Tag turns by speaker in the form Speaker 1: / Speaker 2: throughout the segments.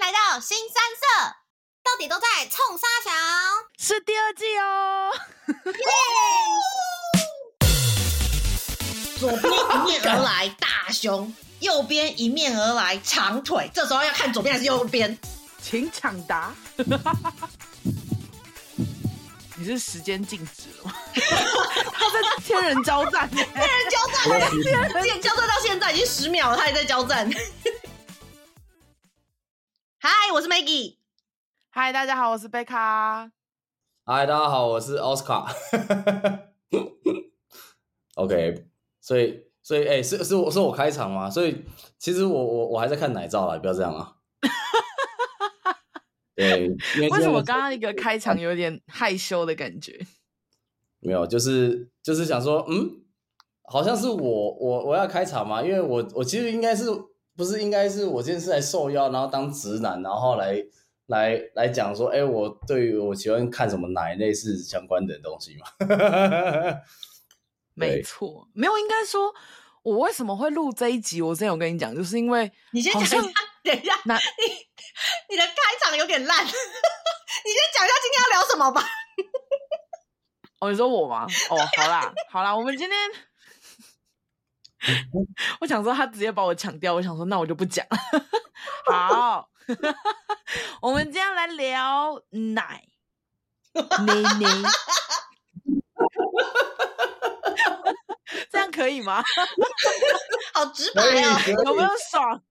Speaker 1: 来到新三社，到底都在冲沙墙。
Speaker 2: 是第二季哦。
Speaker 3: 左边迎面而来大胸，右边迎面而来长腿。这时候要看左边还是右 边？
Speaker 2: 请抢答。 你是时间静止了 吗？他在天人交战耶、
Speaker 3: 交战， 而且交战到现在已经十秒了，他还在交战。 嗨，我是 Maggie。
Speaker 2: 嗨，大家好，我是贝卡。
Speaker 4: 嗨，大家好，我是 Oscar。OK，所以所以哎、是是我是我开场吗？所以其实我我我还在看奶罩啦，不要这样啊。对，因为今
Speaker 2: 为什
Speaker 4: 天
Speaker 2: 么
Speaker 4: 我
Speaker 2: 刚刚一个开场有点害羞的感觉？
Speaker 4: 没有？就是就是想说，嗯，好像是我我我要开场嘛，因为我我其实应该是不是应该是我今天是来受邀，然后当直男，然后来来来讲说，哎、我对于我喜欢看什么奶类是相关的东西嘛。
Speaker 2: 没错，没有，应该说，我为什么会录这一集？我之前有跟你讲，就是因为
Speaker 3: 你先讲一下
Speaker 2: 好像，
Speaker 3: 等一下，
Speaker 2: 那
Speaker 3: 你你的开场有点烂， 你先讲一下今天要聊什么吧。
Speaker 2: 哦，你说我吗？哦，好啦，好啦，我们今天， 我想说他直接把我抢掉，我想说那我就不讲。好， 我们今天来聊奶，奶奶，这样可以吗？
Speaker 3: 好直白
Speaker 4: 可以
Speaker 3: 哦。
Speaker 4: 可以
Speaker 2: 哎有没有爽？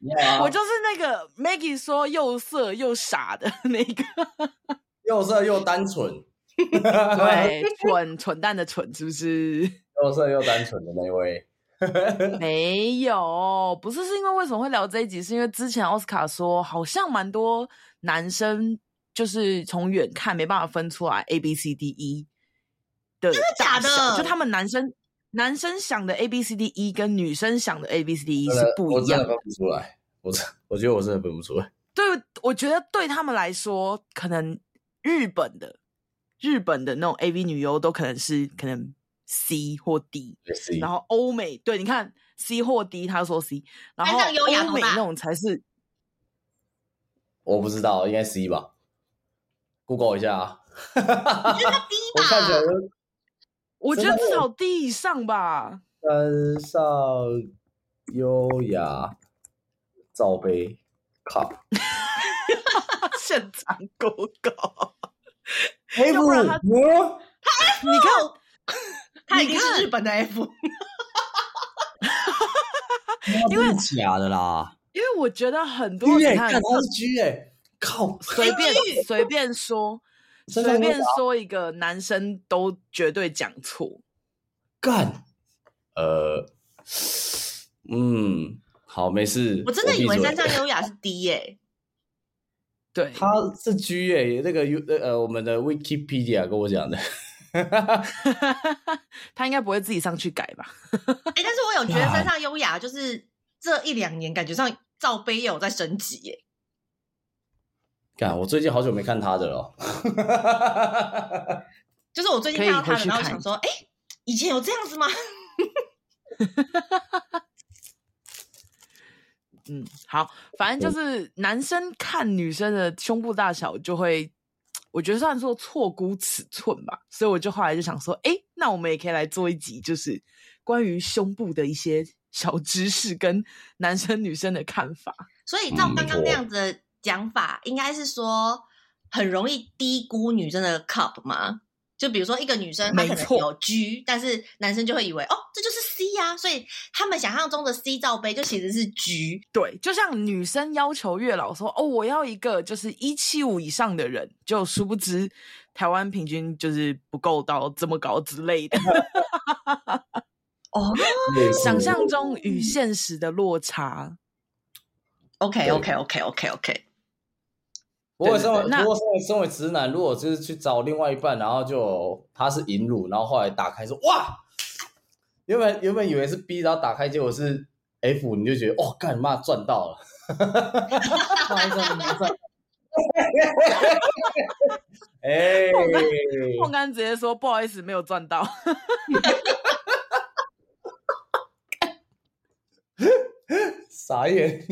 Speaker 4: Yeah
Speaker 2: 我就是那个 Maggie 说又色又傻的那个，
Speaker 4: 又色又单纯，对，
Speaker 2: 对，蠢蠢蛋的蠢，是不是？
Speaker 4: 又色又单纯的那一位，
Speaker 2: 没有，不是是因为为什么会聊这一集？是因为之前奥斯卡说，好像蛮多男生就是从远看没办法分出来 A B C D E 的大
Speaker 3: 假
Speaker 2: 小，
Speaker 3: 的
Speaker 2: 就他们男生男生想的 A B C D E 跟女生想的 A B C D E
Speaker 4: 真
Speaker 2: 是
Speaker 4: 的
Speaker 2: 不
Speaker 4: 我
Speaker 2: 一
Speaker 4: 真
Speaker 2: 样
Speaker 4: 的
Speaker 2: 的
Speaker 4: 分。不出来，我真我觉得我真的分不出来。
Speaker 2: 对，我觉得对他们来说，可能日本的日本的那种 A V 女优都可能是可能 C 或 D，
Speaker 4: 就是
Speaker 2: 然后欧美对，你看 C 或 D，他说 C，然后
Speaker 3: 那像优雅
Speaker 2: 欧
Speaker 3: 头
Speaker 2: 美
Speaker 3: 吧
Speaker 2: 那种才是
Speaker 4: 我不知道，应该 C 吧？Google 一下啊，
Speaker 3: 你是个 B
Speaker 4: 我看起来
Speaker 3: 吧？
Speaker 4: 就
Speaker 2: 我觉
Speaker 4: 真
Speaker 2: 得
Speaker 4: 的
Speaker 2: 至少地上吧，
Speaker 4: 山上呃优雅罩杯 cup，
Speaker 2: 现场 Google。
Speaker 4: 哎
Speaker 2: 要不然他
Speaker 4: 不嗯
Speaker 2: 你看，
Speaker 3: 他已
Speaker 2: 你
Speaker 3: 经
Speaker 2: 看
Speaker 3: 是日本的 F。
Speaker 4: 因为假的啦
Speaker 2: 因为我觉得很多
Speaker 4: ，G
Speaker 2: 你
Speaker 4: 哎，
Speaker 2: 看
Speaker 4: 看他是 G 哎，靠，
Speaker 2: 随便随便说，
Speaker 4: 真的
Speaker 2: 随
Speaker 4: 会
Speaker 2: 便
Speaker 4: 打
Speaker 2: 说一个男生都绝对讲错。
Speaker 4: 干，呃，嗯，好，没事。
Speaker 3: 我真的
Speaker 4: 闭
Speaker 3: 以为
Speaker 4: 嘴
Speaker 3: 山上优雅是 D 耶、
Speaker 2: 对，
Speaker 4: 他是 G 诶、那个 U 呃，我们的 Wikipedia 跟我讲的，
Speaker 2: 他应该不会自己上去改吧？
Speaker 3: 哎、但是我有觉得山上优雅就是这一两年感觉上罩杯也有在升级耶、
Speaker 4: 看我最近好久没看他的了
Speaker 2: 啊
Speaker 4: 哦。
Speaker 3: 就是我最近看到他的，
Speaker 2: 可以回去
Speaker 3: 然后
Speaker 2: 看
Speaker 3: 想说，哎、以前有这样子吗？
Speaker 2: 嗯，好，反正就是男生看女生的胸部大小就会，我觉得算说错估尺寸吧，所以我就后来就想说，诶，那我们也可以来做一集，就是关于胸部的一些小知识跟男生女生的看法。
Speaker 3: 所以照刚刚那样子的讲法，应该是说很容易低估女生的 cup 吗？就比如说一个女生她
Speaker 2: 没
Speaker 3: 可能
Speaker 2: 错
Speaker 3: 有 G，但是男生就会以为哦，这就是 C 呀、所以他们想象中的 C 罩杯就其实是 G，
Speaker 2: 对，就像女生要求月老说，哦，我要一个就是一七五以上的人，就殊不知台湾平均就是不够到这么高之类的。
Speaker 3: 哦
Speaker 2: 想象中与现实的落差。
Speaker 3: ，OK OK OK OK OK，
Speaker 4: 不过身为
Speaker 2: 对对对那
Speaker 4: 如果身为身为直男，如果就是去找另外一半，然后就他是银乳，然后后来打开说哇，原本原本以为是 B，然后打开结果是 F，你就觉得哦，干妈赚到 了。赚到了赚到了哎，
Speaker 2: 碰干直接说不好意思，没有赚到。
Speaker 4: 傻眼。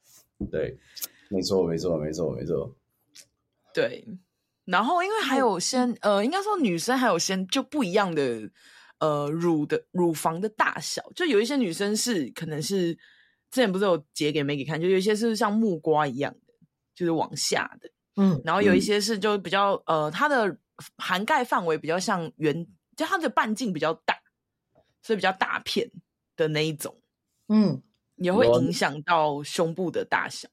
Speaker 4: 对，没错，没错，没错，没错。
Speaker 2: 对，然后因为还有先呃，应该说女生还有先就不一样的呃乳的乳房的大小，就有一些女生是可能是之前不是有截给 Maggie 看，就有一些是像木瓜一样的，就是往下的，
Speaker 3: 嗯，
Speaker 2: 然后有一
Speaker 4: 嗯
Speaker 2: 些是就比较呃，它的涵盖范围比较像圆，就它的半径比较大，所以比较大片的那一种，
Speaker 3: 嗯，
Speaker 2: 也会
Speaker 4: 我
Speaker 2: 影响到胸部的大小。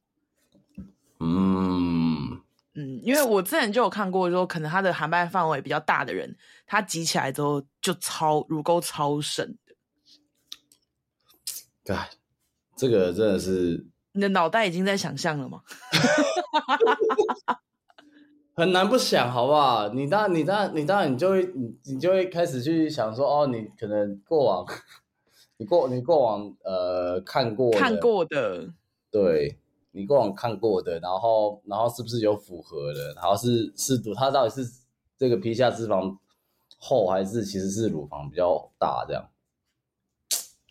Speaker 4: 嗯，
Speaker 2: 嗯，因为我之前就有看过说，可能它的涵盖范围比较大的人，他挤起来之后就超乳沟超深的，
Speaker 4: 哎，这个真的是
Speaker 2: 你的脑袋已经在想象了吗？
Speaker 4: 很难不想，好不好？你当你当你当然你就会你你就会开始去想说，哦，你可能过往，你过你过往呃看过的
Speaker 2: 看，过的，
Speaker 4: 对你过往看过的，然后然后是不是有符合的，然后是是乳它到底是这个皮下脂肪厚，还是其实是乳房比较大这样？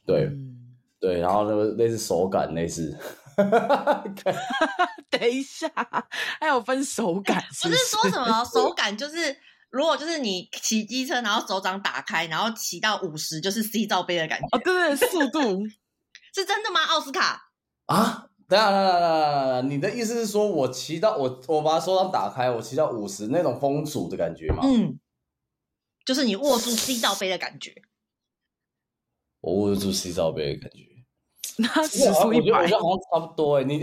Speaker 4: 对、
Speaker 2: 嗯
Speaker 4: 对，然后那个类似手感类似，
Speaker 2: 等一下，还有分手感是
Speaker 3: 哎不
Speaker 2: 不
Speaker 3: 是
Speaker 2: 是，
Speaker 3: 说什么哦手感，就是如果就是你骑机车，然后手掌打开，然后骑到五十，就是 C 罩杯的感觉，
Speaker 2: 哦，对对，速 度，
Speaker 3: 是真的吗？奥斯卡
Speaker 4: 啊，等一下，等一下，等一下等一下，你的意思是说我骑到我我把手掌打开，我骑到五十那种风阻的感觉吗？
Speaker 3: 嗯，就是你握住 C 罩杯的感觉。
Speaker 4: 我握住 C 罩杯的感觉，
Speaker 2: 那
Speaker 4: 我
Speaker 2: 时
Speaker 4: 好像
Speaker 2: 速
Speaker 4: 啊我觉
Speaker 2: 一
Speaker 4: 得
Speaker 2: 百
Speaker 4: 我觉，得好像差不多哎、你。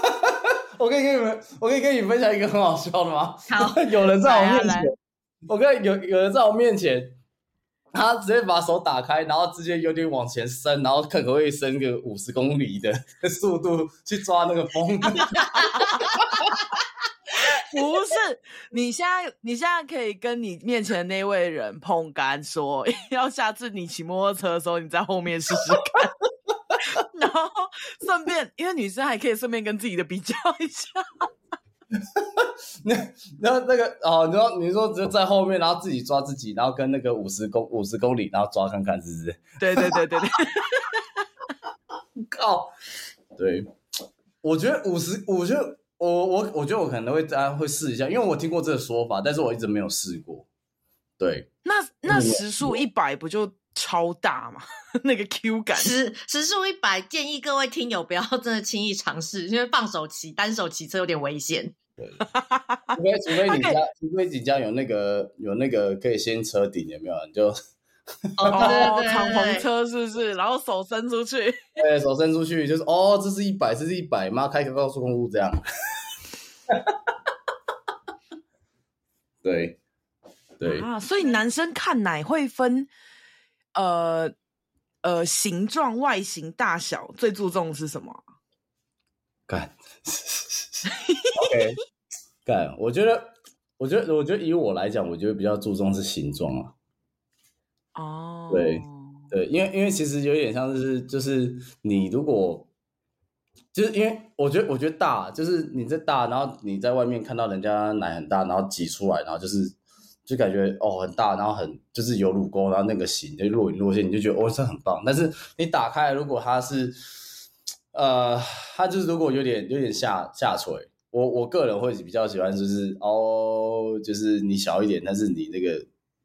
Speaker 4: 我可以跟你们，我可以跟你分享一个很好笑的吗？
Speaker 3: 好，
Speaker 4: 有人在我面
Speaker 2: 来啊
Speaker 4: 前，我看有有人在我面前，他直接把手打开，然后直接有点往前伸，然后看可不可以伸个五十公里的 速度去抓那个风。
Speaker 2: 啊不是，你现在你现在可以跟你面前的那位人碰杆说， 要下次你骑摩托车的时候，你在后面试试看。 然后顺便，因为女生还可以顺便跟自己的比较一下，
Speaker 4: 那然后那个哦，你说你说只有在后面，然后自己抓自己，然后跟那个五十公五十公里，然后抓看看是不是？
Speaker 2: 对对对对对，
Speaker 3: 哦
Speaker 4: 靠！对，我觉得五十，我觉得我我我觉得我可能会大家会试一下，因为我听过这个说法，但是我一直没有试过。对，
Speaker 2: 那那时速一百不就超大吗？ 那个 Q 感，
Speaker 3: 时时速一百，建议各位听友不要真的轻易尝试，因为放手骑、单手骑车有点危险。
Speaker 4: 除非除非你
Speaker 2: OK
Speaker 4: 家除非你家有那个有那个可以掀车顶，有没有？你就
Speaker 3: 哦，对
Speaker 2: 哦
Speaker 3: 对，对
Speaker 2: 敞篷，
Speaker 3: 对
Speaker 2: 车是不是？然后手伸出去，
Speaker 4: 对手伸出去，就是哦，这是一百，这是一百，妈开个高速公路这样。 对，对，
Speaker 2: 啊，所以男生看奶会分，呃呃，形状、外形、大小，最注重的是什么？
Speaker 4: 干，OK，干，我觉得，我觉得，我觉得以我来讲，我觉得比较注重是形状啊，
Speaker 2: 哦，
Speaker 4: 对对，因为因为其实有点像是就是你如果就是因为我觉得我觉得大就是你在大，然后你在外面看到人家奶很大，然后挤出来，然后就是就感觉哦很大，然后很就是有乳沟，然后那个形就若隐若现，你就觉得哦这很棒。但是你打开，如果它是呃，它就是如果有点有点下下垂，我我个人会比较喜欢就是哦，就是你小一点，但是你那个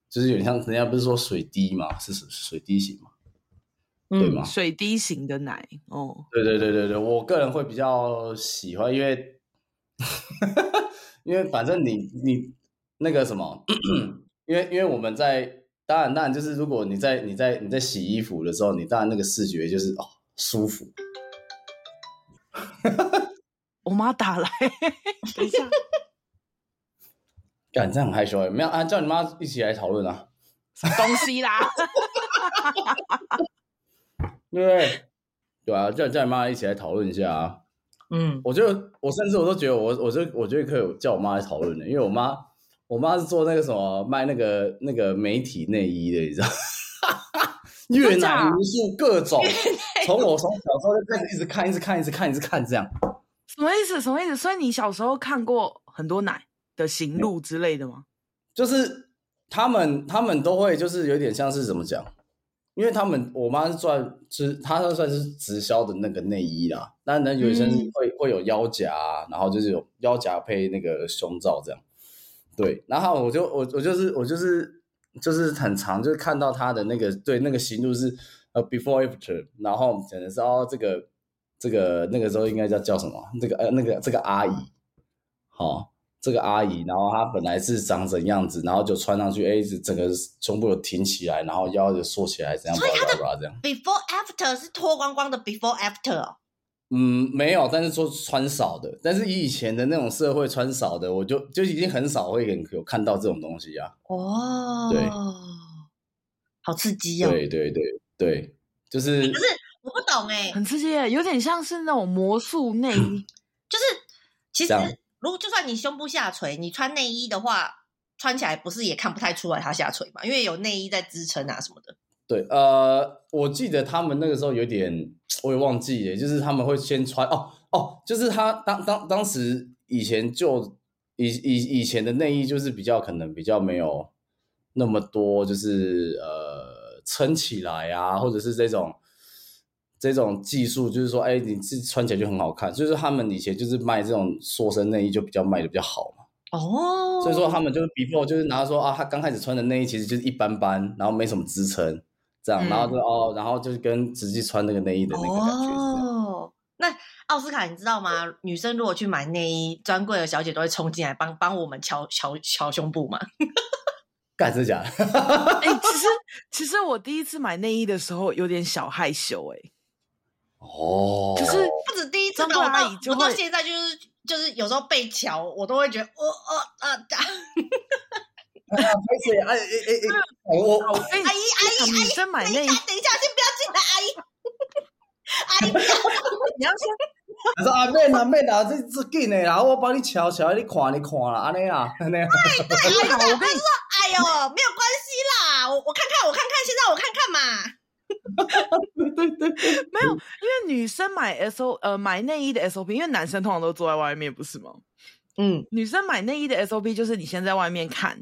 Speaker 4: 就是有点像人家不是说水滴嘛，是是水滴型嘛，对
Speaker 3: 嗯，
Speaker 4: 吗？
Speaker 2: 水滴型的奶哦，
Speaker 4: 对对对对对，我个人会比较喜欢，因为 因为反正你你那个什么，因为因为我们在当然当然就是如果你在你在你在洗衣服的时候，你当然那个视觉就是哦舒服，
Speaker 2: 我妈打来， 等一下，
Speaker 4: 感这样很害羞哎，没有啊，叫你妈一起来讨论啊，
Speaker 2: 什么东西啦？
Speaker 4: 对不对？ 对啊，叫叫你妈一起来讨论一下啊。
Speaker 3: 嗯，
Speaker 4: 我就我甚至我都觉得我我就我觉得可以叫我妈来讨论的，因为我妈我妈是做那个什么卖那个那个媒体内衣的，你知道吗？ 越南无数各种，从我从小时候就开始一直看，一直看，一直看，一直看这样。
Speaker 2: 什么意思？什么意思？所以你小时候看过很多奶的行路之类的吗？
Speaker 4: 就是他们他们都会就是有点像是怎么讲，因为他们我妈是算是她算是直销的那个内衣啦，那那有一些是会、会有腰夹啊，然后就是有腰夹配那个胸罩这样。对，然后我就我我就是我就是就是很长，就是看到他的那个对那个行路是呃 before after，然后可能是哦这个这个那个时候应该叫叫什么？这个呃那个这个阿姨，好、这个阿姨，然后她本来是长怎样子，然后就穿上去，哎，整个胸部有挺起来，然后腰就缩起来，这样吧
Speaker 3: 所以她的
Speaker 4: 吧吧这样。
Speaker 3: Before after 是脱光光的 before after 哦。
Speaker 4: 嗯，没有，但是说穿少的，但是以以前的那种社会穿少的，我就就已经很少会有有看到这种东西啊。
Speaker 3: 哦，
Speaker 4: 对，
Speaker 3: 好刺激哦！
Speaker 4: 对对对对，就是
Speaker 3: 我不懂哎、
Speaker 2: 很刺激耶，有点像是那种魔术内衣。
Speaker 3: 就是其实
Speaker 4: 这样
Speaker 3: 如果就算你胸部下垂，你穿内衣的话，穿起来不是也看不太出来它下垂嘛？因为有内衣在支撑啊什么的。
Speaker 4: 对，呃，我记得他们那个时候有点，我也忘记了，就是他们会先穿哦哦，就是他当当当时以前就以以以前的内衣就是比较可能比较没有那么多，就是呃撑起来啊，或者是这种这种技术，就是说哎，你自己穿起来就很好看，所以说他们以前就是卖这种塑身内衣就比较卖的比较好嘛。
Speaker 3: 哦，
Speaker 4: 所以说他们就是 before 就是拿说啊，他刚开始穿的内衣其实就是一般般，然后没什么支撑，这样，
Speaker 2: 嗯
Speaker 4: 然后就哦，然后就是跟实际穿那个内衣的那个感觉是这样。
Speaker 3: 哦，那奥斯卡你知道吗？女生如果去买内衣，专柜的小姐都会冲进来帮帮我们敲敲敲胸部嘛？
Speaker 4: 干真假的？
Speaker 2: 哎、其实其实我第一次买内衣的时候有点小害羞、哎，
Speaker 4: 哦，
Speaker 2: 可是
Speaker 3: 不止第一次
Speaker 2: 专
Speaker 3: 吧，
Speaker 2: 柜
Speaker 3: 我
Speaker 2: 阿
Speaker 3: 到
Speaker 2: 姨就
Speaker 3: 我到
Speaker 2: 会
Speaker 3: 现在就是就是有时候被敲，我都会觉得哦哦啊啊，
Speaker 4: 哎呀拍谁？哎哎哎哎，我
Speaker 2: 我跟你
Speaker 3: 阿姨阿
Speaker 2: 讲，女生买
Speaker 3: 姨，等
Speaker 2: 内
Speaker 3: 一
Speaker 2: 衣
Speaker 3: 下，等一下，先不要进来，阿姨，阿姨不要。
Speaker 2: 你要先
Speaker 4: 我说啊妹啦妹啦，这这紧的啦，我帮你瞧瞧，你看你看啦，安尼啦，安尼啦。
Speaker 2: 不好，我跟你
Speaker 3: 哎呦，没有关系啦，我我看看，我看看，现在我看看嘛。
Speaker 2: 没有，因为女生买 S O 呃买内衣的 S O P，因为男生通常都坐在外面，不是吗？
Speaker 3: 嗯，
Speaker 2: 女生买内衣的 S O P 就是你先在外面看，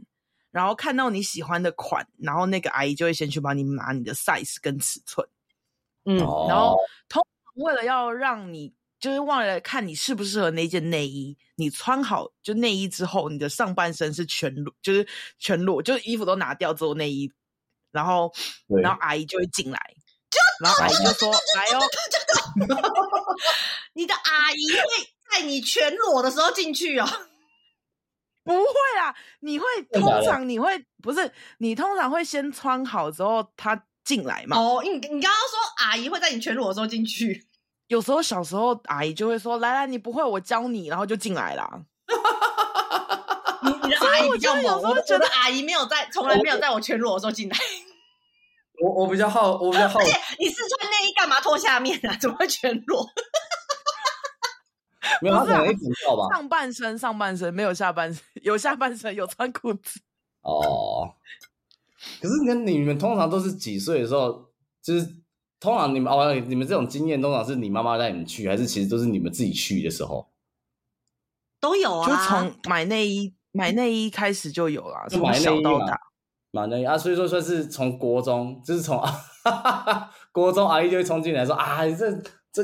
Speaker 2: 然后看到你喜欢的款，然后那个阿姨就会先去帮你拿你的 size 跟尺寸。
Speaker 3: 嗯
Speaker 4: 哦
Speaker 2: 然后通常为了要让你，就是为了看你适不适合那件内衣，你穿好就内衣之后，你的上半身是全裸，就是全裸，就是衣服都拿掉之后内衣，然后
Speaker 4: 对
Speaker 2: 然后阿姨就会进来，然后阿姨就说：“来哦，
Speaker 3: 你的阿姨会在你全裸的时候进去哦。
Speaker 2: 不会啦，你会
Speaker 4: 真的假
Speaker 2: 通
Speaker 4: 的
Speaker 2: 常你会不是你通常会先穿好之后她进来嘛？
Speaker 3: 哦，你你刚刚说阿姨会在你全裸的时候进去，
Speaker 2: 有时候小时候阿姨就会说：来来，你不会我教你，然后就进来啦。
Speaker 3: 你你的
Speaker 2: 所以
Speaker 3: 阿姨
Speaker 2: 我
Speaker 3: 比较
Speaker 2: 就有
Speaker 3: 猛，
Speaker 2: 时
Speaker 3: 我
Speaker 2: 候
Speaker 3: 的
Speaker 2: 觉
Speaker 3: 我
Speaker 2: 得
Speaker 3: 的阿姨没有在，从来没有在我全裸的时候进来。
Speaker 4: 我我比较好，我比较好，
Speaker 3: 你是穿内衣干嘛脱下面啊？怎么会全裸？
Speaker 4: 没有他
Speaker 2: 不
Speaker 4: 可
Speaker 2: 是啊
Speaker 4: 能一整套吧。
Speaker 2: 上半身上半身没有下半身， 有下半身有穿裤子。
Speaker 4: 哦，可是那你们通常都是几岁的时候？就是通常你们哦，你们这种经验通常是你妈妈带你们去，还是其实都是你们自己去的时候？
Speaker 3: 都有啊
Speaker 2: 就 从买内衣买内衣开始就有啦，
Speaker 4: 就
Speaker 2: 从
Speaker 4: 买内
Speaker 2: 小
Speaker 4: 衣
Speaker 2: 到
Speaker 4: 嘛
Speaker 2: 大。
Speaker 4: 蛮内啊，所以说算是从国中，就是从 国中阿姨就会冲进来说啊，你这这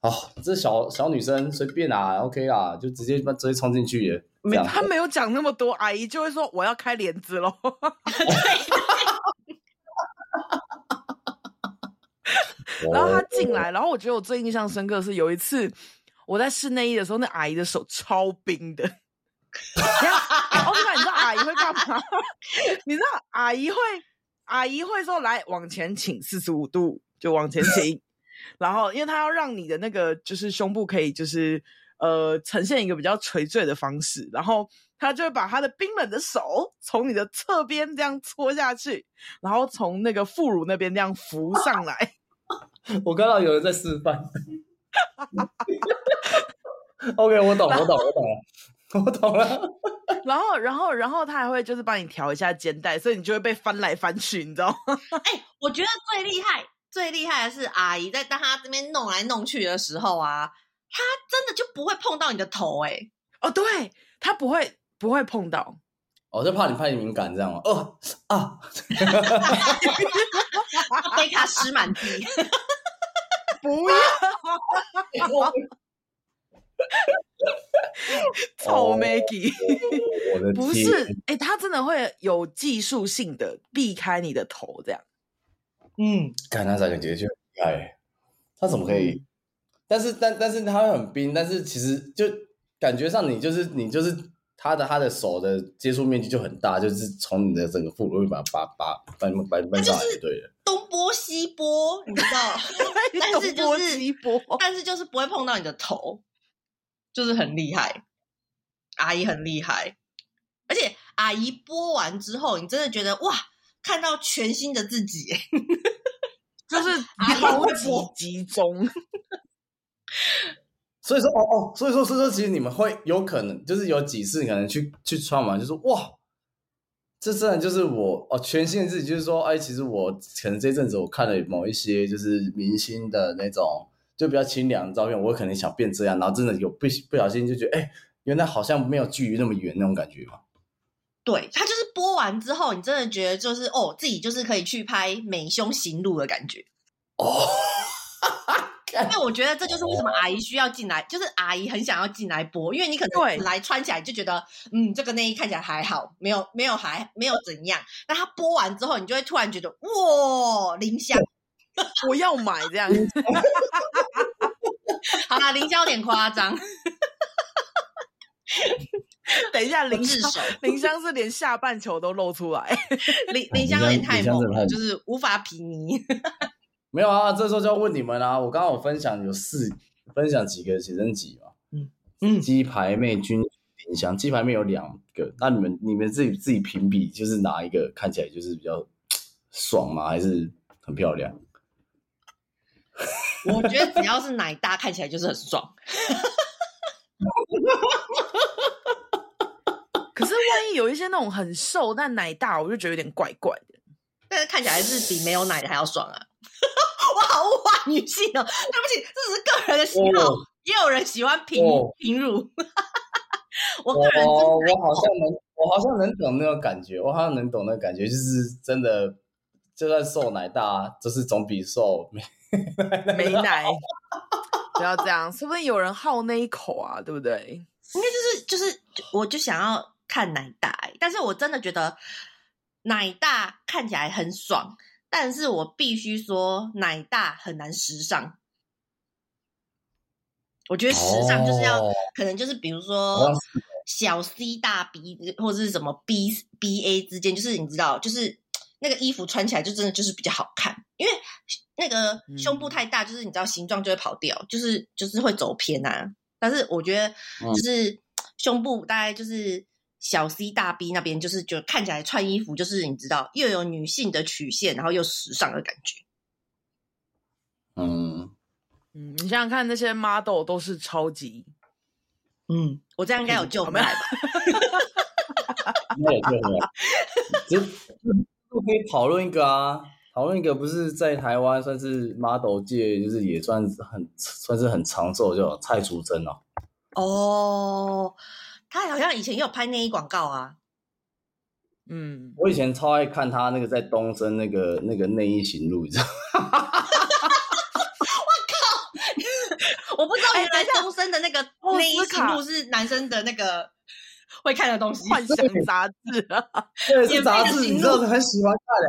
Speaker 4: 哦，这小小女生随便啦、，OK 啦，就直接把直接冲进去了，这样
Speaker 2: 他没有讲那么多，阿姨就会说我要开帘子喽。然后他进来，然后我觉得我最印象深刻的是有一次我在试内衣的时候，那阿姨的手超冰的。哦然后我你知道阿姨会干嘛？ 你知道阿姨会阿姨会说来往前倾四十五度，就往前倾。然后因为她要让你的那个就是胸部可以就是呃呈现一个比较垂坠的方式，然后她就会把她的冰冷的手从你的侧边这样搓下去，然后从那个副乳那边这样浮上来。
Speaker 4: 我看到有人在示范。OK，我懂，我懂，我懂了，我懂了。
Speaker 2: 然后，然后，然后他还会就是帮你调一下肩带，所以你就会被翻来翻去，你知道吗？
Speaker 3: 哎、我觉得最厉害、最厉害的是阿姨在当她这边弄来弄去的时候啊，她真的就不会碰到你的头哎、
Speaker 2: 哦，对，他不会不会碰到，
Speaker 4: 我、就怕你怕你敏感这样嘛。哦啊，
Speaker 3: 贝卡湿满地，
Speaker 2: 不要臭 Maggie。
Speaker 4: 我的
Speaker 2: 不
Speaker 4: 天
Speaker 2: 是，哎、他真的会有技术性的避开你的头，这样。
Speaker 3: 嗯，
Speaker 4: 看他三个姐姐就很厉害，他怎么可
Speaker 2: 嗯
Speaker 4: 以？但是但但是他会很冰，但是其实就感觉上你就是你就是他的他的手的接触面积就很大，就是从你的整个副乳把它拔拔掰掰掰上来就对了。
Speaker 3: 东波西波，你知道，但是
Speaker 2: 东
Speaker 3: 就
Speaker 2: 波
Speaker 3: 是
Speaker 2: 西波，
Speaker 3: 但是就是不会碰到你的头，就是很厉害，阿姨很厉害，而且阿姨播完之后，你真的觉得哇，看到全新的自己，
Speaker 2: 就是
Speaker 3: 阿姨
Speaker 2: 超
Speaker 3: 会
Speaker 2: 级
Speaker 3: 播
Speaker 2: 集中。
Speaker 4: 所以说哦哦，所以说所以说其实你们会有可能就是有几次可能去去穿完，就是哇，这真的就是我哦全新的自己，就是说哎，其实我可能这阵子我看了某一些就是明星的那种就比较清凉的照片，我可能想变这样，然后真的有不不小心就觉得哎，原来好像没有距离那么远那种感觉嘛。
Speaker 3: 对，它就是播完之后，你真的觉得就是哦，自己就是可以去拍美胸行路的感觉。
Speaker 4: 哦，
Speaker 3: 因为我觉得这就是为什么阿姨需要进来，就是阿姨很想要进来播，因为你可能
Speaker 2: 对
Speaker 3: 本来穿起来就觉得，嗯，这个内衣看起来还好，没有没有还没有怎样。但它播完之后，你就会突然觉得，哇，林香，
Speaker 2: 我要买这样，
Speaker 3: 好啦，林香有点夸张，
Speaker 2: 等一下
Speaker 3: 林
Speaker 2: 林
Speaker 3: 志
Speaker 2: 香，
Speaker 3: 手，
Speaker 2: 林香是连下半球都露出来，
Speaker 3: 林林香有点太
Speaker 4: 林香
Speaker 3: 猛
Speaker 4: 真的
Speaker 3: 了，
Speaker 4: 太
Speaker 3: 就是无法匹敌。
Speaker 4: 没有啊，这时候就要问你们啦、我刚刚有分享有四分享几个写真集嘛，
Speaker 3: 嗯，
Speaker 4: 鸡排妹君林香，鸡排妹有两个，那你们你们自己自己评比，就是哪一个看起来就是比较爽吗？还是很漂亮？
Speaker 3: 我觉得只要是奶大，看起来就是很爽。
Speaker 2: 可是万一有一些那种很瘦但奶大，我就觉得有点怪怪的。
Speaker 3: 但是看起来还是比没有奶的还要爽啊！ 我好物化女性哦，对不起，这只是个人的喜好，
Speaker 4: 哦
Speaker 3: 也有人喜欢平、
Speaker 4: 哦
Speaker 3: 平乳。 我
Speaker 4: 我
Speaker 3: 个人真的
Speaker 4: 我好像能，我好像能懂那种感觉，我好像能懂那个感觉，就是真的，就算瘦奶大，就是总比瘦没
Speaker 2: 没奶，不要这样，说不定有人好那一口啊，对不对？
Speaker 3: 就是就是，我就想要看奶大、欸，但是我真的觉得奶大看起来很爽，但是我必须说奶大很难时尚。我觉得时尚就是要，
Speaker 4: 哦
Speaker 3: 可能就是比如
Speaker 4: 好
Speaker 3: 说
Speaker 4: 像是哦
Speaker 3: 小 C 大 B 或者是什么 B B A 之间，就是你知道，就是那个衣服穿起来就真的就是比较好看，因为那个
Speaker 4: 嗯
Speaker 3: 胸部太大，就是你知道形状就会跑掉，就是就是会走偏啊。但是我觉得
Speaker 4: 嗯
Speaker 3: 就是胸部大概就是小 C 大 B 那边，就是就看起来穿衣服就是你知道又有女性的曲线，然后又时尚的感觉。
Speaker 4: 嗯，
Speaker 2: 嗯，你想想看，那些 model 都是超级
Speaker 3: 嗯，我这样应该有救
Speaker 2: 好
Speaker 3: 回
Speaker 2: 没有
Speaker 3: 来吧？
Speaker 4: 那也对了，这这可以讨论一个啊，讨论一个不是在台湾算是 model 界，就是也算是很算是很长寿，叫蔡淑珍哦。
Speaker 3: 哦，他好像以前也有拍内衣广告啊。
Speaker 2: 嗯，
Speaker 4: 我以前超爱看她那个在东升那个那个内衣行路，你知道吗？
Speaker 3: 我不知道
Speaker 2: 哎
Speaker 3: 原来东升的那个
Speaker 2: 奥
Speaker 3: 内衣
Speaker 2: 斯
Speaker 3: 行
Speaker 2: 卡
Speaker 3: 路是男生的那个会看的东西。
Speaker 2: 幻想杂志啊。
Speaker 4: 这也是杂
Speaker 3: 免费的
Speaker 4: 志，
Speaker 3: 行路
Speaker 4: 你知道很喜欢看的、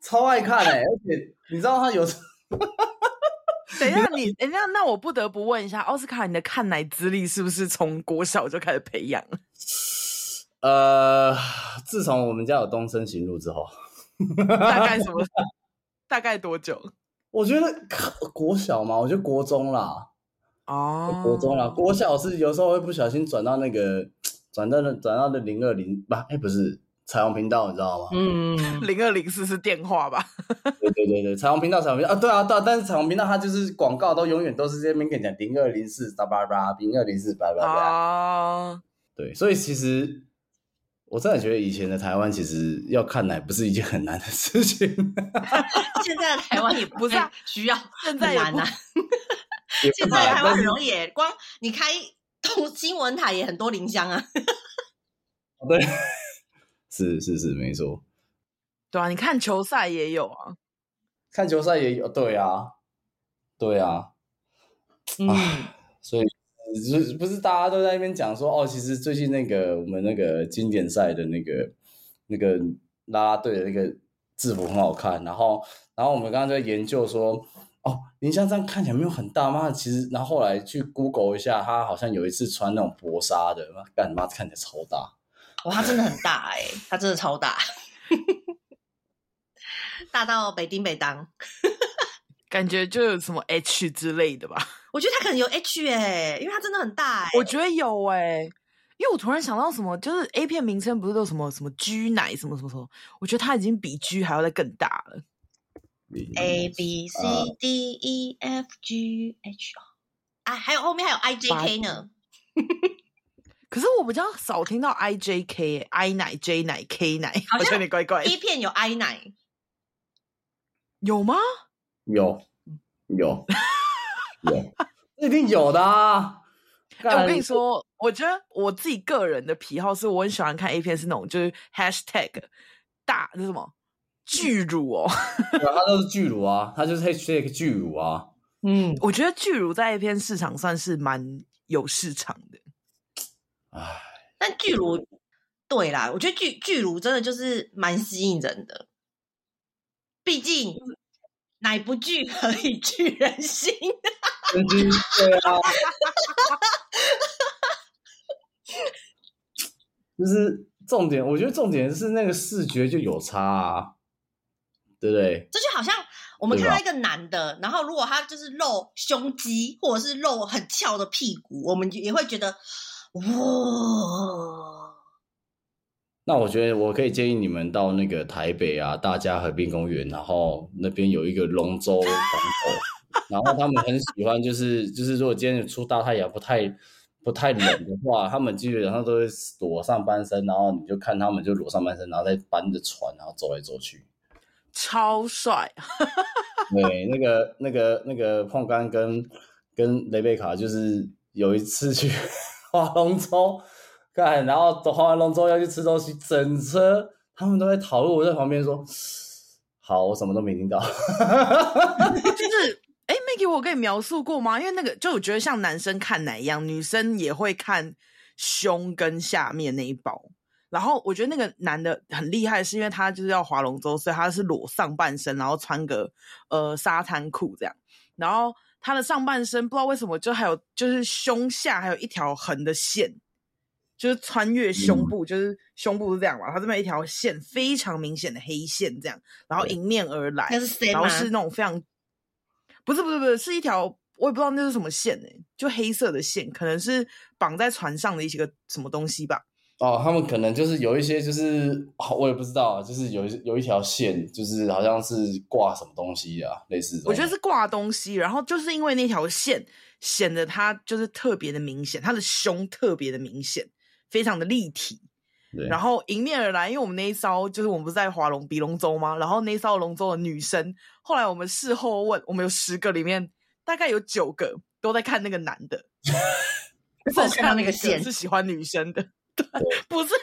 Speaker 4: 超爱看的、而且你知道她有时候
Speaker 2: 等一下 你，等一下，那我不得不问一下，奥斯卡，你的看奶资历是不是从国小就开始培 养了？
Speaker 4: 呃，自从我们家有东升行路之后，
Speaker 2: 大概什么？大概多久？
Speaker 4: 我觉得国小嘛，我觉得国中啦，
Speaker 2: 哦，
Speaker 4: 国中啦，国小是有时候会不小心转到那个转到那转到那零二零吧，哎、不是彩虹频道，你知道吗？
Speaker 3: 嗯，
Speaker 2: 零二零四是电话吧？
Speaker 4: 对对对对，彩虹频道，彩虹频道啊，对啊对啊，但是彩虹频道它就是广告都永远都是这边跟你讲零二零四叭叭叭，零二零四叭叭叭，
Speaker 2: 哦，
Speaker 4: 对，所以其实我真的觉得以前的台湾其实要看奶不是一件很难的事情，
Speaker 3: 现在的台湾也不
Speaker 2: 不是啊
Speaker 3: 太需要，
Speaker 2: 现在
Speaker 3: 很
Speaker 2: 也
Speaker 3: 难
Speaker 2: 不
Speaker 3: 啊。
Speaker 4: 也
Speaker 3: 现
Speaker 4: 不
Speaker 3: 在台
Speaker 4: 难但
Speaker 3: 湾
Speaker 4: 是
Speaker 3: 很容易耶，光你开通新闻台也很多林香啊。
Speaker 4: 对，是是是，没错。
Speaker 2: 对啊，你看球赛也有啊，
Speaker 4: 看球赛也有，对啊，对啊，
Speaker 2: 嗯，
Speaker 4: 所以就是不是大家都在那边讲说哦，其实最近那个我们那个经典赛的那个那个啦啦队的那个制服很好看，然后然后我们刚刚在研究说哦，林湘这样看起来没有很大妈，其实然后后来去 Google 一下，他好像有一次穿那种薄纱的，妈干妈看起来超大，
Speaker 3: 哇，它真的很大哎、它真的超大， 大到北丁北当。
Speaker 2: 感觉就有什么 H 之类的吧。
Speaker 3: 我觉得它可能有 H 哎、因为它真的很大哎、
Speaker 2: 我觉得有哎、因为我突然想到什么，就是 A 片名称不是都有什么什么 G 奶什么什么什么，我觉得它已经比 G 还要再更大了。
Speaker 3: A B C
Speaker 4: 啊
Speaker 3: D E F G H，啊，还有后面还有 I J K 呢。
Speaker 2: 可是我比较少听到 I J K、I 奶 J 奶 K 奶，
Speaker 3: 好
Speaker 2: 好
Speaker 3: 像
Speaker 2: 像有点怪怪的
Speaker 3: A 片有 I 奶，
Speaker 2: 有吗？
Speaker 4: 有有有， 这一定有的啊！
Speaker 2: 哎、
Speaker 4: 干
Speaker 2: 我跟你说，我觉得我自己个人的癖好是我很喜欢看 A 片，是那种就是 Hashtag 大那什么巨乳哦。
Speaker 4: 对啊，他都是巨乳啊，他就是 hashtag 巨乳啊。
Speaker 3: 嗯，
Speaker 2: 我觉得巨乳在 A 片市场算是蛮有市场的。
Speaker 4: 唉，
Speaker 3: 但巨乳对啦，我觉得巨巨乳真的就是蛮吸引人的，毕竟奶不巨可以聚人心。
Speaker 4: 真金对啊，就是重点，我觉得重点是那个视觉就有差啊，对不对？
Speaker 3: 这就好像我们
Speaker 4: 对
Speaker 3: 看到
Speaker 4: 吧
Speaker 3: 一个男的，然后如果他就是露胸肌或者是露很翘的屁股，我们也会觉得哇。
Speaker 4: 那我觉得我可以建议你们到那个台北啊，大家河滨公园，然后那边有一个龙舟港口，然后他们很喜欢，就是就是如果今天出大太阳，不太不太冷的话，他们基本上都会裸上半身，然后你就看他们就裸上半身，然后再搬着船，然后走来走去。
Speaker 2: 超帅！
Speaker 4: 对，那个那个那个碰干跟跟雷贝卡，就是有一次去 划龙舟，看，然后走划完龙舟要去吃东西，整车他们都在讨论，我在旁边说，好，我什么都没听到。
Speaker 2: 就是哎、m a g g i e 我跟你描述过吗？因为那个就我觉得像男生看奶一样，女生也会看胸跟下面那一包。然后我觉得那个男的很厉害，是因为他就是要划龙舟，所以他是裸上半身，然后穿个呃沙滩裤这样。然后他的上半身不知道为什么就还有就是胸下还有一条横的线，就是穿越胸部，就是胸部是这样嘛，他这边有一条线非常明显的黑线这样，然后迎面而来。
Speaker 3: 那是啊谁
Speaker 2: 然
Speaker 3: 吗
Speaker 2: 后？是那种非常，不是不是不是，是一条我也不知道那是什么线诶、就黑色的线，可能是绑在船上的一些个什么东西吧。
Speaker 4: 哦，他们可能就是有一些，就是哦我也不知道，就是有一有一条线，就是好像是挂什么东西啊，类似这种。
Speaker 2: 我觉得是挂东西，然后就是因为那条线显得它就是特别的明显，它的胸特别的明显，非常的立体。
Speaker 4: 对，
Speaker 2: 然后迎面而来，因为我们那一艘就是我们不是在划龙比龙舟吗？然后那一艘龙舟的女生，后来我们事后问，我们有十个里面大概有九个都在看那个男的，
Speaker 3: 我有看到那个
Speaker 2: 剩下一
Speaker 3: 线
Speaker 2: 是喜欢女 生的，对， 不是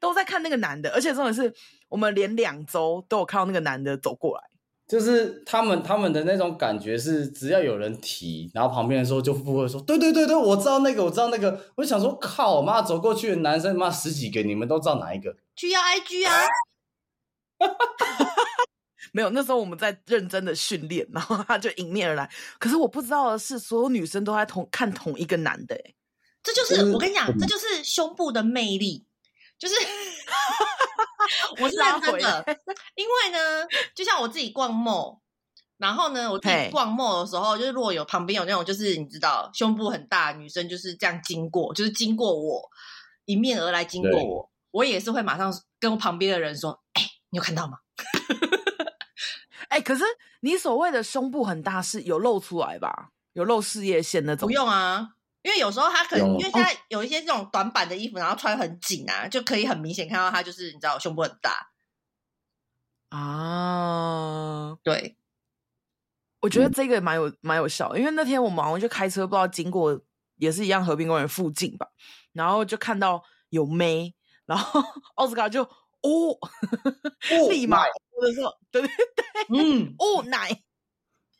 Speaker 2: 都在看那个男的，而且重点是我们连两周都有看到那个男的走过来，
Speaker 4: 就是他们他们的那种感觉是，只要有人提，然后旁边的时候就附会说，对对对对，我知道那个，我知道那个。我就想说，靠妈，走过去的男生妈十几个，你们都知道哪一个？
Speaker 3: 去要 IG 啊！
Speaker 2: 没有，那时候我们在认真的训练，然后他就迎面而来。可是我不知道的是，所有女生都在同看同一个男的、欸，
Speaker 3: 这就是
Speaker 4: 嗯
Speaker 3: 我跟你讲，这就是胸部的魅力，就是 我是
Speaker 2: 拉
Speaker 3: 认真
Speaker 2: 回
Speaker 3: 的，因为呢，就像我自己逛 mall，然后呢，我自己
Speaker 2: 嘿
Speaker 3: 逛 mall 的时候，就是如果有旁边有那种就是你知道胸部很大的女生就是这样经过，就是经过我迎面而来经过
Speaker 4: 对
Speaker 3: 我，我也是会马上跟我旁边的人说：“哎、你有看到吗
Speaker 2: 哎、可是你所谓的胸部很大是有露出来吧？有露事业线那？”种？
Speaker 3: 不用啊。因为有时候他可能，
Speaker 4: 有
Speaker 3: 因为现在有一些这种短版的衣服，然后穿很紧啊，就可以很明显看到他就是你知道胸部很大，
Speaker 2: 啊。
Speaker 3: 对，
Speaker 2: 我觉得
Speaker 4: 嗯
Speaker 2: 这个蛮有蛮有效，因为那天我们好像就开车，不知道经过也是一样和平公园附近吧，然后就看到有妹，然后 奥斯卡就哦，
Speaker 4: 哦
Speaker 2: 立马我的时候，对对，
Speaker 3: 嗯，
Speaker 2: 哦奶，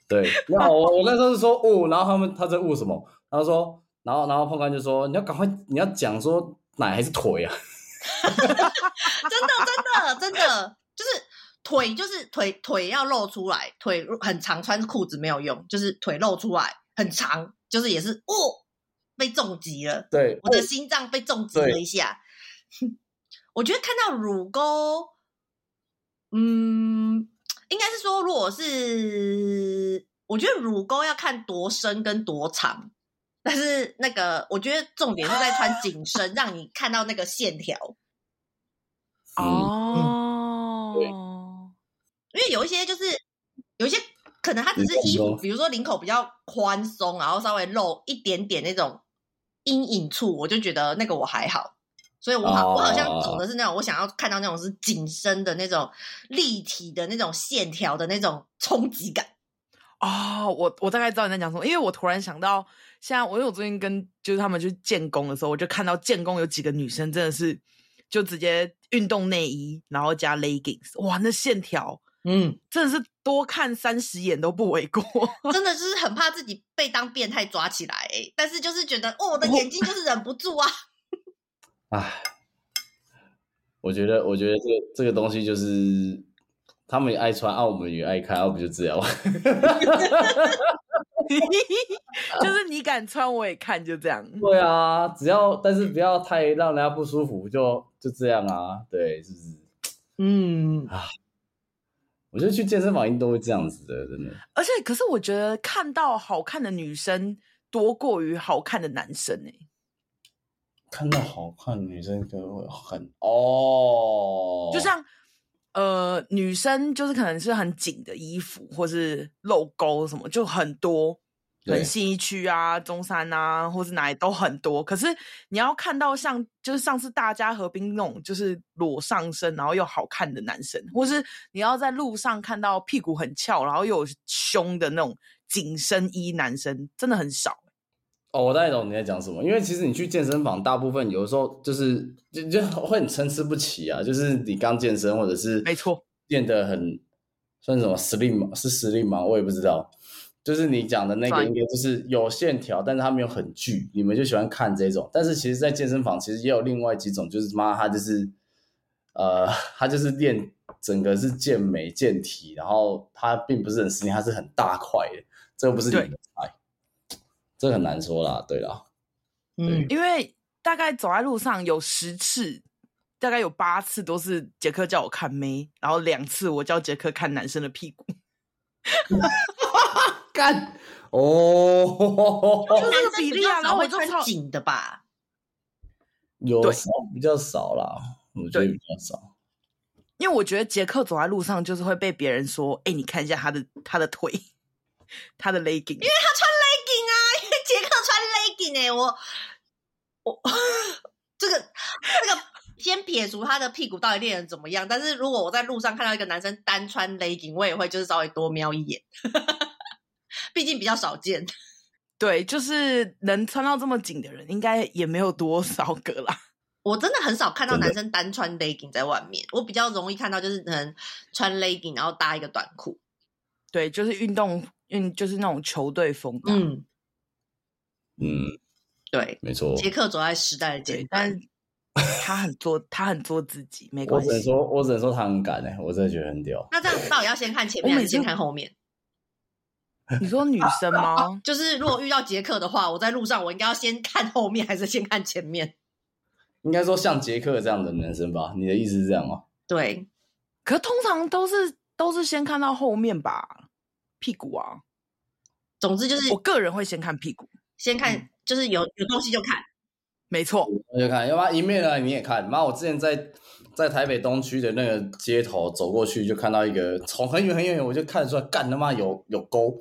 Speaker 4: 对，那我我那时候是说哦，然后他们他在悟什么？然后说，然后然后胖干就说你要赶快，你要讲说奶还是腿啊？
Speaker 3: 哦真的真的真的，就是腿就是腿腿要露出来，腿很长，穿裤子没有用，就是腿露出来很长，就是也是哦，被重击了。
Speaker 4: 对，
Speaker 3: 我的心脏被重击了一下。 我觉得看到乳沟，嗯，应该是说，如果是我觉得乳沟要看多深跟多长，但是那个我觉得重点是在穿紧身，让你看到那个线条，
Speaker 4: 嗯，
Speaker 2: 哦，
Speaker 3: 因为有一些就是有一些可能它只是衣
Speaker 4: 领口
Speaker 3: 服，比
Speaker 4: 比
Speaker 3: 如说领口比较宽松，然后稍微露一点点那种阴影处，我就觉得那个我还好。所以我好，
Speaker 4: 哦
Speaker 3: 我好像走的是那种我想要看到那种是紧身的那种立体的那种线条的那种冲击感。
Speaker 2: 哦，我我大概知道你在讲什么，因为我突然想到，现在我因为我最近跟就是他们去建工的时候，我就看到建工有几个女生真的是就直接运动内衣，然后加 leggings，哇，那线条
Speaker 3: 嗯，
Speaker 2: 真的是多看三十眼都不为过。
Speaker 3: 真的就是很怕自己被当变态抓起来、欸，但是就是觉得哦，我的眼睛就是忍不住啊。
Speaker 4: 唉，我觉得我觉得这个这个东西就是他们也爱穿，啊，我们也爱看，啊，我们就这样吧。
Speaker 2: 就是你敢穿我也看，就这样。
Speaker 4: 对啊，只要但是不要太让人家不舒服，就就这样啊，对，是不是？
Speaker 3: 嗯，
Speaker 4: 我觉得去健身房一定都会这样子的，真的。
Speaker 2: 而且，可是我觉得看到好看的女生多过于好看的男生欸诶、
Speaker 4: 看到好看的女生可能会很哦，
Speaker 2: 就像呃，女生就是可能是很紧的衣服，或是露沟什么，就很多，
Speaker 4: 对
Speaker 2: 很信义区啊、中山啊，或是哪里都很多。可是你要看到像就是上次大家合并那种，就是裸上身然后又好看的男生，或是你要在路上看到屁股很翘，然后又有胸的那种紧身衣男生，真的很少。
Speaker 4: 哦，我大概懂你在讲什么，因为其实你去健身房，大部分有的时候就是就就会很参差不齐啊，就是你刚健身或者是
Speaker 2: 没错，
Speaker 4: 变得很算什么实力吗？是实力吗？我也不知道。就是你讲的那个，
Speaker 2: 算
Speaker 4: 应该就是有线条，但是它没有很巨，你们就喜欢看这种。但是其实，在健身房其实也有另外几种，就是妈他就是，呃，他就是练整个是健美健体，然后他并不是很实力，他是很大块的，这个不是你
Speaker 2: 对
Speaker 4: 的菜，这个很难说啦。对啦，
Speaker 3: 嗯，
Speaker 2: 因为大概走在路上有十次，大概有八次都是杰克叫我看妹，然后两次我叫杰克看男生的屁股，
Speaker 4: 干哦，
Speaker 2: 就是这个比例啊。
Speaker 3: 然
Speaker 2: 然后
Speaker 3: 后
Speaker 2: 我
Speaker 3: 会
Speaker 2: 就
Speaker 3: 穿
Speaker 2: 超
Speaker 3: 紧的吧。
Speaker 4: 有
Speaker 2: 对
Speaker 4: 少比较少啦，我觉得比较少。
Speaker 2: 因为我觉得杰克走在路上就是会被别人说：“哎、你看一下他的他的腿， 他的 legging。”因为
Speaker 3: legging 啊，因为杰克穿 legging 哎、我我这个这个先撇除他的屁股到底练得怎么样，但是如果我在路上看到一个男生单穿 legging，我也会就是稍微多瞄一眼， 毕竟比较少见。
Speaker 2: 对，就是能穿到这么紧的人，应该也没有多少个啦。
Speaker 3: 我真的很少看到
Speaker 4: 真的
Speaker 3: 男生单穿 legging 在外面，我比较容易看到就是可能穿 legging 然后搭一个短裤。
Speaker 2: 对，就是运动运，就是那种球队风吧。
Speaker 3: 嗯，
Speaker 4: 嗯，
Speaker 3: 对，
Speaker 4: 没错。
Speaker 3: 杰克走在时代的尖
Speaker 2: 对，
Speaker 3: 端
Speaker 2: 但。他很做，他很做自己，没
Speaker 4: 我
Speaker 2: 关
Speaker 4: 只能
Speaker 2: 系。
Speaker 4: 说，我只能说他很敢哎、我真的觉得很屌。
Speaker 3: 那这样到底要先看前
Speaker 2: 我
Speaker 3: 面还
Speaker 2: 每
Speaker 3: 是先
Speaker 2: 次
Speaker 3: 看后面？
Speaker 2: 你说女生吗？
Speaker 3: 就是如果遇到杰克的话，我在路上我应该要先看后面还是先看前面？
Speaker 4: 应该说像杰克这样的男生吧？你的意思是这样吗？
Speaker 3: 对，
Speaker 2: 可通常都是都是先看到后面吧，屁股啊，
Speaker 3: 总之就是
Speaker 2: 我个人会先看屁股，
Speaker 3: 先看，就是有有东西就看。
Speaker 2: 没错，
Speaker 4: 我就看，要不然一面呢你也看。妈，我之前在在台北东区的那个街头走过去，就看到一个从很远很远我就看得出来，干他妈有有沟。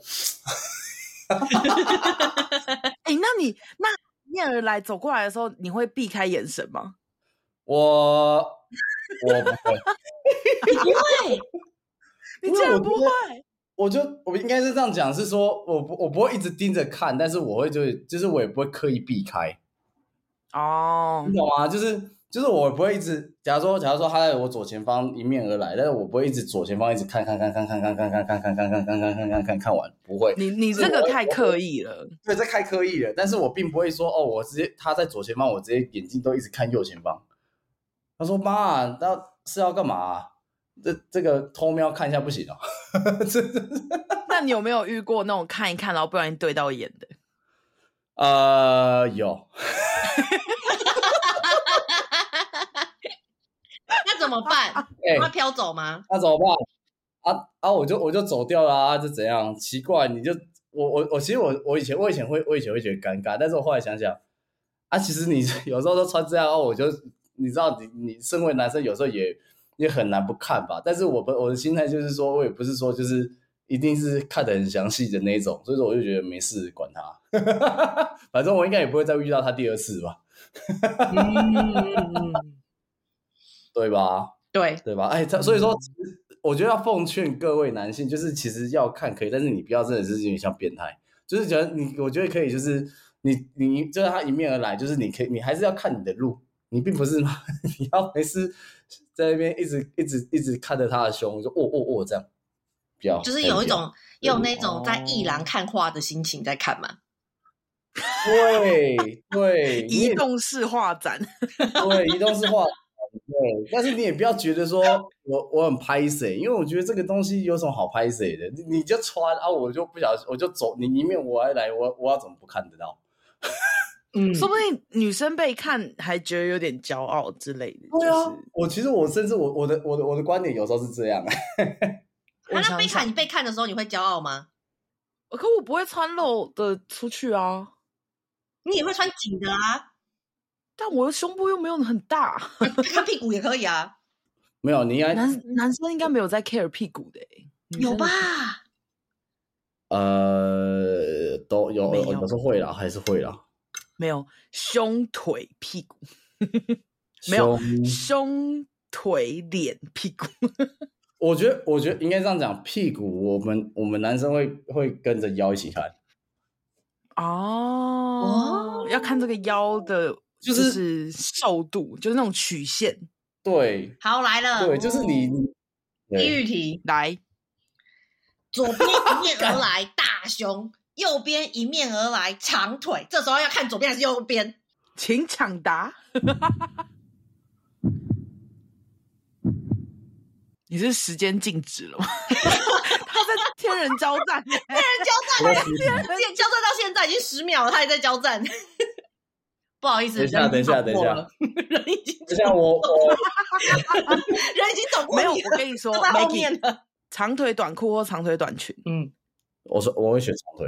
Speaker 2: 哎、那你那面而来走过来的时候，你会避开眼神吗？
Speaker 4: 我我不会，
Speaker 2: 你
Speaker 4: 因为
Speaker 2: 竟然
Speaker 4: 我
Speaker 2: 不
Speaker 4: 觉
Speaker 2: 会
Speaker 4: 得我就我应该是这样讲，是说我不我不会一直盯着看，但是我会就就是我也不会刻意避开。
Speaker 2: 哦
Speaker 4: 你，懂吗？就是就是我不会一直，假如说，假如说他在我左前方迎面而来，但是我不会一直左前方一直看看看看看看看看看看看看看看看看看看完，不会，
Speaker 2: 你你这个太刻意了，
Speaker 4: 对，这太刻意了。但是我并不会说哦，我直接他在左前方，我直接眼睛都一直看右前方。他说妈，那是要干嘛、啊这这个偷瞄看一下不行哦，这
Speaker 2: 那你有没有遇过那种看一看，然后不小心对到眼 的？
Speaker 4: 呃有，
Speaker 3: 那怎么办？
Speaker 4: 哎、
Speaker 3: 他飘走吗？
Speaker 4: 那怎么办？啊啊！我就我就走掉啦、啊就怎样？奇怪，你就我我我，其实我我以前我以前会我以前会觉得尴尬，但是我后来想想，啊，其实你 有时候都穿这样，然后我就你知道你，你身为男生，有时候也也很难不看吧。但是我不我的心态就是说，我也不是说就是一定是看得很详细的那一种，所以说我就觉得没事，管他， 反正我应该也不会再遇到他第二次吧，
Speaker 2: 嗯
Speaker 4: 对吧？
Speaker 3: 对，
Speaker 4: 对吧？哎，他所以
Speaker 3: 嗯
Speaker 4: 说，其实我觉得要奉劝各位男性，就是其实要看可以，但是你不要真的是有点像变态，就是觉得你，我觉得可以，就是你你就是他迎面而来，就是你可以，你还是要看你的路，你并不是 你要没事在那边一直一直一直看着他的胸，就哦哦哦这样，不要，
Speaker 3: 就是
Speaker 4: 还
Speaker 3: 有一
Speaker 4: 不要
Speaker 3: 种用那种在一廊看花的心情在看嘛。
Speaker 4: 对 对你
Speaker 2: 移
Speaker 4: 也
Speaker 2: 动式画 展，
Speaker 4: 对，移动式化， 对，但是你也不要觉得说我我很拍谁，因为我觉得这个东西有什么好拍谁的？你你就穿啊，我就不小心，我就走，你迎面我还来，我我要怎么不看得到？
Speaker 3: 嗯
Speaker 2: 说不定女生被看还觉得有点骄傲之类的。就是，
Speaker 4: 我其实我甚至我我的我的我的观点有时候是这样，
Speaker 2: 我
Speaker 3: 啊那
Speaker 2: 想
Speaker 3: 被
Speaker 2: 想
Speaker 3: 看，你被看的时候，你会骄傲吗？
Speaker 2: 可我不会穿露的出去啊，
Speaker 3: 你也会穿紧的啊，
Speaker 2: 但我的胸部又没有很大，
Speaker 3: 看屁股也可以啊，
Speaker 4: 没有，你应该
Speaker 2: 男男生应该没有在 care 屁股的、欸，女
Speaker 3: 有
Speaker 2: 生
Speaker 3: 吧？？
Speaker 4: 呃都有
Speaker 2: 没
Speaker 4: 有
Speaker 2: 有
Speaker 4: 有时候会啦，还是会啦，
Speaker 2: 没有，胸腿屁股，没有
Speaker 4: 胸
Speaker 2: 胸腿脸屁股，
Speaker 4: 我觉得我觉得应该这样讲，屁股我们我们男生会会跟着腰一起看，
Speaker 2: 哦，要看这个腰的，就
Speaker 4: 就
Speaker 2: 是是瘦度，就是那种曲线。
Speaker 4: 对
Speaker 3: 好来
Speaker 2: 嗯
Speaker 3: 了，
Speaker 4: 对，就是你。你对
Speaker 3: 地狱题，
Speaker 2: 来，
Speaker 3: 左边迎面而来大胸，右边迎面而来长腿，这时候要看左边还是右边？
Speaker 2: 请抢答。你是时间静止了吗？ 他在天人交战欸耶、
Speaker 3: 哎交战，现交战到现在已经十秒了，他还在交战。 不好意思，
Speaker 4: 等一下
Speaker 3: 人已经
Speaker 4: 等
Speaker 3: 走
Speaker 4: 一下
Speaker 3: 过了，人已经
Speaker 4: 就像我我
Speaker 3: 人已经走过
Speaker 2: 没有，
Speaker 3: 你
Speaker 2: 我
Speaker 3: 了
Speaker 2: 跟你说
Speaker 3: 都在后
Speaker 2: ，Maggie
Speaker 3: 面了。
Speaker 2: 长腿短裤或长腿短裙，
Speaker 3: 嗯，
Speaker 4: 我说我会选长腿，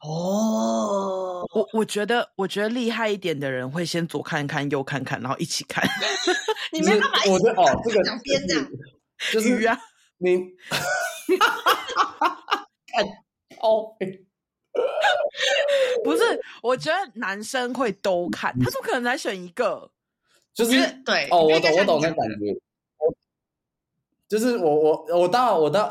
Speaker 3: 哦，
Speaker 2: 我我觉得，我觉得厉害一点的人会先左看看，右看看，然后一起看。
Speaker 3: 你没有办法
Speaker 4: 就是
Speaker 3: 一
Speaker 4: 我
Speaker 3: 起
Speaker 4: 觉得哦，这个
Speaker 3: 两边这样，
Speaker 4: 就
Speaker 2: 鱼
Speaker 4: 是
Speaker 2: 啊，
Speaker 4: 你，看哦，
Speaker 2: 不是，我觉得男生会都看，他怎么可能才选一个？
Speaker 4: 就是
Speaker 3: 觉得对
Speaker 4: 哦，我
Speaker 3: 应该
Speaker 4: 懂
Speaker 3: 像
Speaker 4: 我懂
Speaker 3: 你
Speaker 4: 那
Speaker 3: 讲
Speaker 4: 感觉，我就是我我我当然我当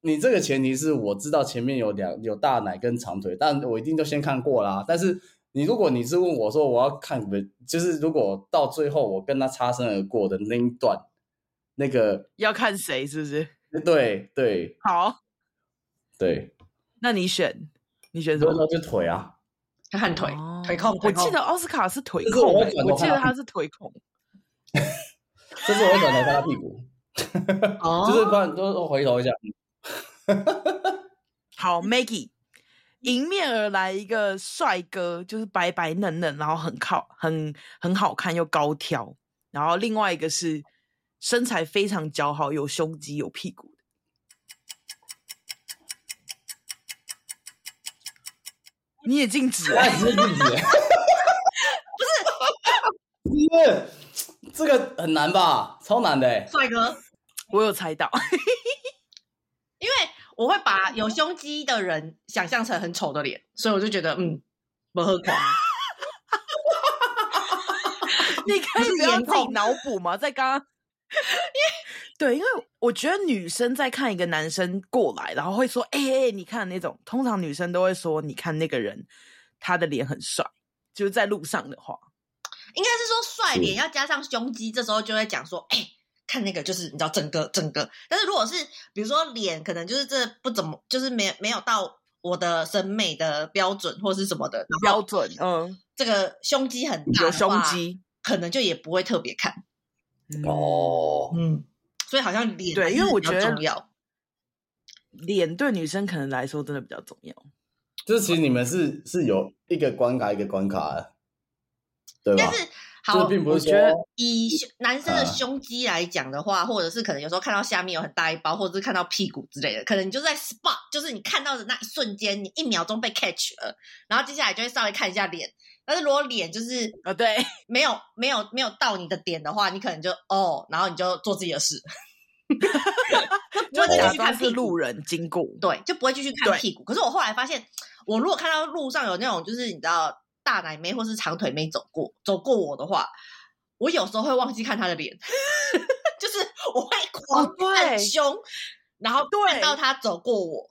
Speaker 4: 你这个前提是我知道前面有两有大奶跟长腿，但我一定就先看过啦。但是你如果你是问我说我要看的，就是如果到最后我跟他擦身而过的那一段，那个
Speaker 2: 要看谁是不是？
Speaker 4: 对对
Speaker 2: 好，
Speaker 4: 对，
Speaker 2: 那你选，你选什
Speaker 4: 那
Speaker 2: 么？
Speaker 4: 那就腿啊。
Speaker 3: 他看腿
Speaker 2: 哦，
Speaker 3: 腿控，
Speaker 2: 我
Speaker 3: 腿控
Speaker 2: 记得奥斯卡是腿
Speaker 4: 就是
Speaker 2: 控
Speaker 4: 我
Speaker 2: 欸、
Speaker 4: 会转头
Speaker 2: 我记
Speaker 4: 看
Speaker 2: 得
Speaker 4: 他
Speaker 2: 他是腿控。
Speaker 4: 就是我会转头看他屁股，
Speaker 3: 哦
Speaker 4: 就是不然都回头一下。
Speaker 2: 好，Maggie，迎面而来一个帅哥，就是白白嫩嫩，然后很靠很很好看又高挑，然后另外一个是身材非常姣好，有胸肌有屁股的。你也禁止、
Speaker 4: 哇，
Speaker 2: 欸，
Speaker 4: 你是镜子，不是， 不是，这个很难吧？超难的、欸，
Speaker 3: 帅哥，
Speaker 2: 我有猜到，
Speaker 3: 因为我会把有胸肌的人想象成很丑的脸，所以我就觉得嗯，不啊喝狂。
Speaker 2: 你可以
Speaker 3: 不是
Speaker 2: 不要
Speaker 3: 颜
Speaker 2: 自己
Speaker 3: 控
Speaker 2: 脑补吗？在刚刚， 对，因为我觉得女生在看一个男生过来，然后会说：“哎、哎、你看那种。”通常女哦生都会说：“你看那个人，他的脸很帅。”就是在路上的话，
Speaker 3: 应该是说帅脸要加上胸肌，这时候就会讲说，哎、看那个就是你知道整个整个。但是如果是比如说脸，可能就是这不怎么，就是没没有到我的审美的标准或是什么的，然
Speaker 2: 标
Speaker 3: 后
Speaker 2: 准，嗯，
Speaker 3: 这个胸肌很大，
Speaker 2: 有胸，肌，
Speaker 3: 可能就也不会特别看。
Speaker 2: 嗯
Speaker 4: 哦，
Speaker 3: 嗯，所以好像脸
Speaker 2: 对
Speaker 3: 还是
Speaker 2: 因为我
Speaker 3: 比较
Speaker 2: 觉得
Speaker 3: 重要。
Speaker 2: 脸对女生可能来说真的比较重要。
Speaker 4: 就是其实你们是是有一个关卡一个关卡的，对吧
Speaker 3: 但？是
Speaker 4: 这
Speaker 3: 好，
Speaker 4: 并不
Speaker 2: 我
Speaker 4: 是
Speaker 2: 觉
Speaker 4: 说
Speaker 2: 得
Speaker 3: 以胸男生的
Speaker 4: 啊
Speaker 3: 胸肌来讲的话，或者是可能有时候看到下面有很大一包，或者是看到屁股之类的，可能你就是在 spot，就是你看到的那一瞬间，你一秒钟被 catch 了，然后接下来就会稍微看一下脸。但是如果脸就是
Speaker 2: 啊、对，
Speaker 3: 没有没有没有到你的点的话，你可能就哦，然后你就做自己的事，
Speaker 2: 就
Speaker 3: 我只是
Speaker 2: 假
Speaker 3: 去
Speaker 2: 装
Speaker 3: 看
Speaker 2: 是
Speaker 3: 屁股
Speaker 2: 路人经过，
Speaker 3: 对，就不会继续看
Speaker 2: 对
Speaker 3: 屁股。可是我后来发现，我如果看到路上有那种就是你知道大奶妹或是长腿妹走过走过我的话，我有时候会忘记看她的脸， 就是我会狂
Speaker 2: 哦对
Speaker 3: 看胸，然后
Speaker 2: 对
Speaker 3: 看到她走过我。
Speaker 4: 我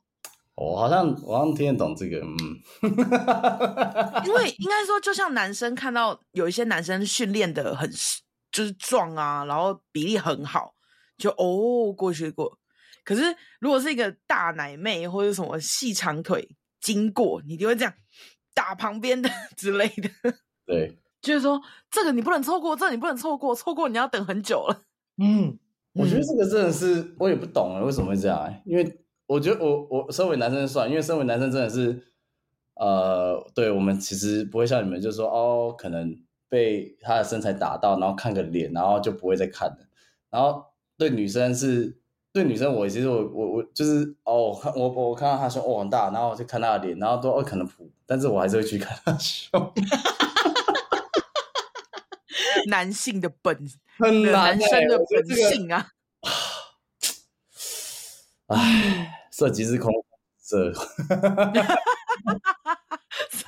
Speaker 4: 哦好像我好像听得懂这个，嗯，
Speaker 2: 因为应该说，就像男生看到有一些男生训练的很就是壮啊，然后比例很好，就哦过去过。可是如果是一个大奶妹或者什么细长腿经过，你就会这样打旁边的 之类的，
Speaker 4: 对，
Speaker 2: 就是说这个你不能错过，这个你不能错过，错过你要等很久了。
Speaker 3: 嗯，
Speaker 4: 我觉得这个真的是我也不懂啊了，为什么会这样、欸因为我觉得我我身为男生算，因为身为男生真的是，呃，对我们其实不会像你们，就是说哦，可能被他的身材打到，然后看个脸，然后就不会再看了。然后对女生是，对女生我其实我我我就是哦，我看我我看到她胸哦很大，然后我就看她的脸，然后都哦可能普，但是我还是会去看她 的胸，
Speaker 2: 男性的本，
Speaker 4: 很难、欸，
Speaker 2: 男生的
Speaker 4: 我觉得
Speaker 2: 本
Speaker 4: 这个
Speaker 2: 性啊，
Speaker 4: 唉，涉及是空，这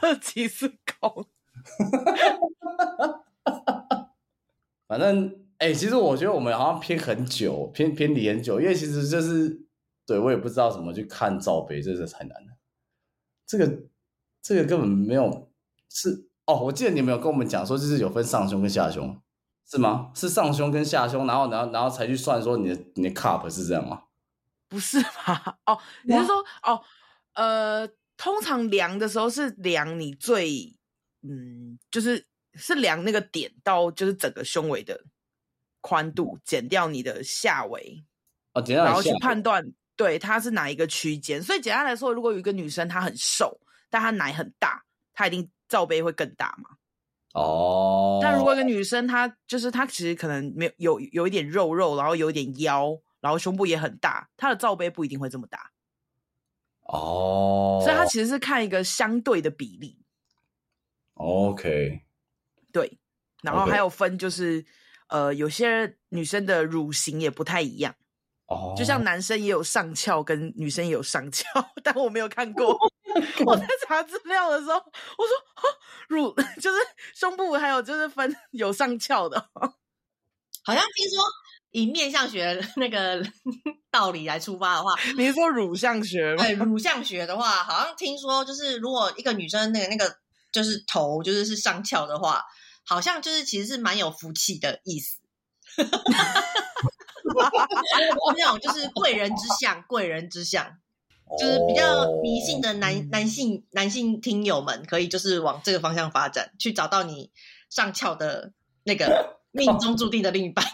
Speaker 2: 这其是狗。
Speaker 4: 反正哎、欸其实我觉得我们好像偏很久，偏偏离很久，因为其实就是对我也不知道怎么去看罩杯，这是太难了。这个这个根本没有是哦，我记得你们有跟我们讲说，就是有分上胸跟下胸，是吗？是上胸跟下胸，然后然后然后才去算说你的你的 cup 是这样吗？
Speaker 2: 不是吧？哦，你是说哦，呃，通常量的时候是量你最，嗯，就是是量那个点到就是整个胸围的宽度，减掉你的下围，
Speaker 4: 哦，等一下
Speaker 2: 然
Speaker 4: 你
Speaker 2: 后去
Speaker 4: 下
Speaker 2: 判断对它是哪一个区间。所以简单来说，如果有一个女生她很瘦，但她奶很大，她一定罩杯会更大嘛。
Speaker 4: 哦，
Speaker 2: 但如果一个女生她就是她其实可能没有有有一点肉肉，然后有一点腰，然后胸部也很大，她的罩杯不一定会这么大。
Speaker 4: 哦，
Speaker 2: 所以它其实是看一个相对的比例，
Speaker 4: OK
Speaker 2: 对。然后
Speaker 4: OK
Speaker 2: 还有分就是呃，有些女生的乳型也不太一样，
Speaker 4: 哦，
Speaker 2: 就像男生也有上翘，跟女生也有上翘， 但我没有看过。我在查资料的时候，我说哈乳 就是胸部还有就是分有上翘的，
Speaker 3: 好像听说以面相学那个 道理来出发的话，
Speaker 2: 你是说乳相学吗？
Speaker 3: 对乳相学的话，好像听说就是如果一个女生那个那个就是头就是是上翘的话，好像就是其实是蛮有福气的意思。那种就是贵人之相，贵人之相，就是比较迷信的男、男性男性听友们，可以就是往这个方向发展，去找到你上翘的那个命中注定的另一半。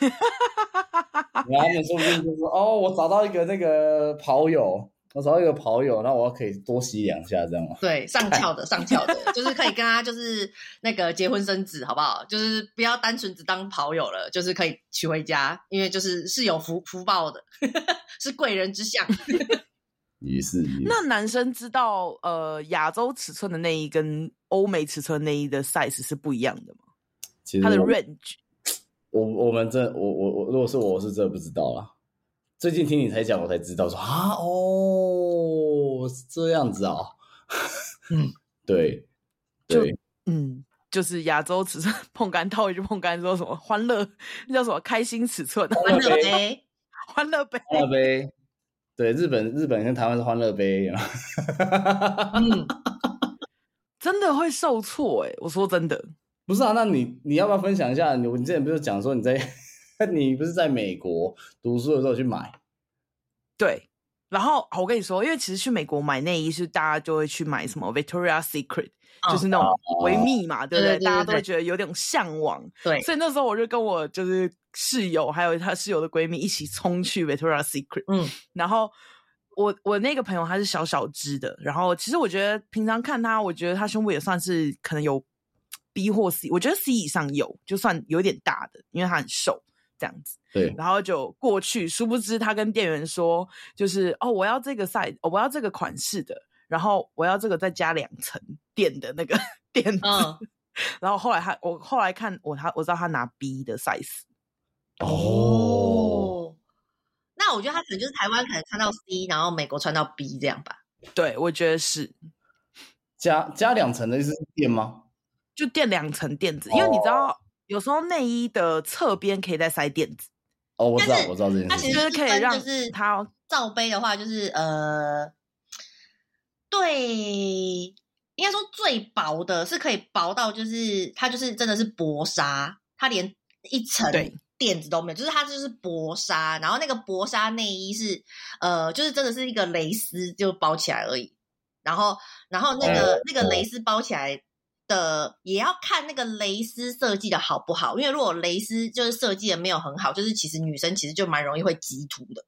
Speaker 4: 然后他们说不定就说：“哦，我找到一个那个跑友，我找到一个跑友，那我可以多吸两下，这样吗
Speaker 3: 对，上翘的，上翘的，就是可以跟他就是那个结婚生子，好不好？就是不要单纯只当跑友了，就是可以娶回家，因为就是是有福福报的， 是贵人之相。？”
Speaker 4: 也是，
Speaker 2: 那男生知道呃亚洲尺寸的内衣跟欧美尺寸内衣的 size 是不一样的吗？
Speaker 4: 其实
Speaker 2: 它的
Speaker 4: 我
Speaker 2: range
Speaker 4: 我我们这我我我，如果是我我是真的不知道啦。最近听你才讲，我才知道说啊，哦，是这样子啊、
Speaker 3: 嗯，
Speaker 4: 对，
Speaker 2: 就
Speaker 4: 对，
Speaker 2: 嗯，就是亚洲尺寸碰干套一句碰干说什么欢乐，那叫什么开心尺寸，啊
Speaker 3: 欢
Speaker 4: 欢
Speaker 3: 乐
Speaker 4: 乐杯
Speaker 3: 杯，
Speaker 2: 欢乐杯。
Speaker 4: 欢乐杯，
Speaker 3: 哎
Speaker 4: 对，日本日本跟台湾是欢乐杯，
Speaker 3: 嗯，
Speaker 2: 真的会受挫哎、我说真的，
Speaker 4: 不是啊，那你你要不要分享一下？你你之前不是讲说你在 你不是在美国读书的时候去买？
Speaker 2: 对。然后我跟你说，因为其实去美国买内衣是大家就会去买什么 Victoria Secret，、
Speaker 3: 嗯
Speaker 2: 就是那种维密嘛，哦对不
Speaker 3: 对对对
Speaker 2: 大家都
Speaker 3: 对
Speaker 2: 会觉得有点向往，
Speaker 3: 对，
Speaker 2: 所以那时候我就跟我就是室友还有她室友的闺蜜一起冲去 Victoria Secret，
Speaker 3: 嗯，
Speaker 2: 然后我我那个朋友她是小小只的，然后其实我觉得平常看她，我觉得她胸部也算是可能有 B 或 C，我觉得 C 以上有，就算有点大的，因为她很瘦这样子。
Speaker 4: 对，
Speaker 2: 然后就过去，殊不知他跟店员说，就是哦，我要这个 size，、哦、我要这个款式的，然后我要这个再加两层垫的 那个垫子。
Speaker 3: 嗯，
Speaker 2: 然后后来他，我后来看我他我知道他拿 B 的 size，
Speaker 4: 哦，。
Speaker 3: 那我觉得他可能就是台湾可能穿到 C，然后美国穿到 B 这样吧。
Speaker 2: 对我觉得是
Speaker 4: 加加两层的意思是垫吗？
Speaker 2: 就垫两层垫子，因为你知
Speaker 3: 哦
Speaker 2: 道、有时候内衣的侧边可以再塞垫子，
Speaker 4: 哦，我知道
Speaker 3: 但，是
Speaker 4: 我知道这件
Speaker 3: 他
Speaker 4: 事
Speaker 3: 其
Speaker 4: 情。
Speaker 3: 实
Speaker 2: 就是可以让
Speaker 3: 就是
Speaker 2: 它
Speaker 3: 罩杯的话，就是呃，对，应该说最薄的是可以薄到就是它就是真的是薄纱，它连一层
Speaker 2: 对
Speaker 3: 垫子都没有，就是它就是薄纱，然后那个薄纱内衣是呃，就是真的是一个蕾丝就包起来而已，然后然后那个、那个蕾丝包起来。的也要看那个蕾丝设计的好不好，因为如果蕾丝就是设计的没有很好，就是其实女生其实就蛮容易会激突的。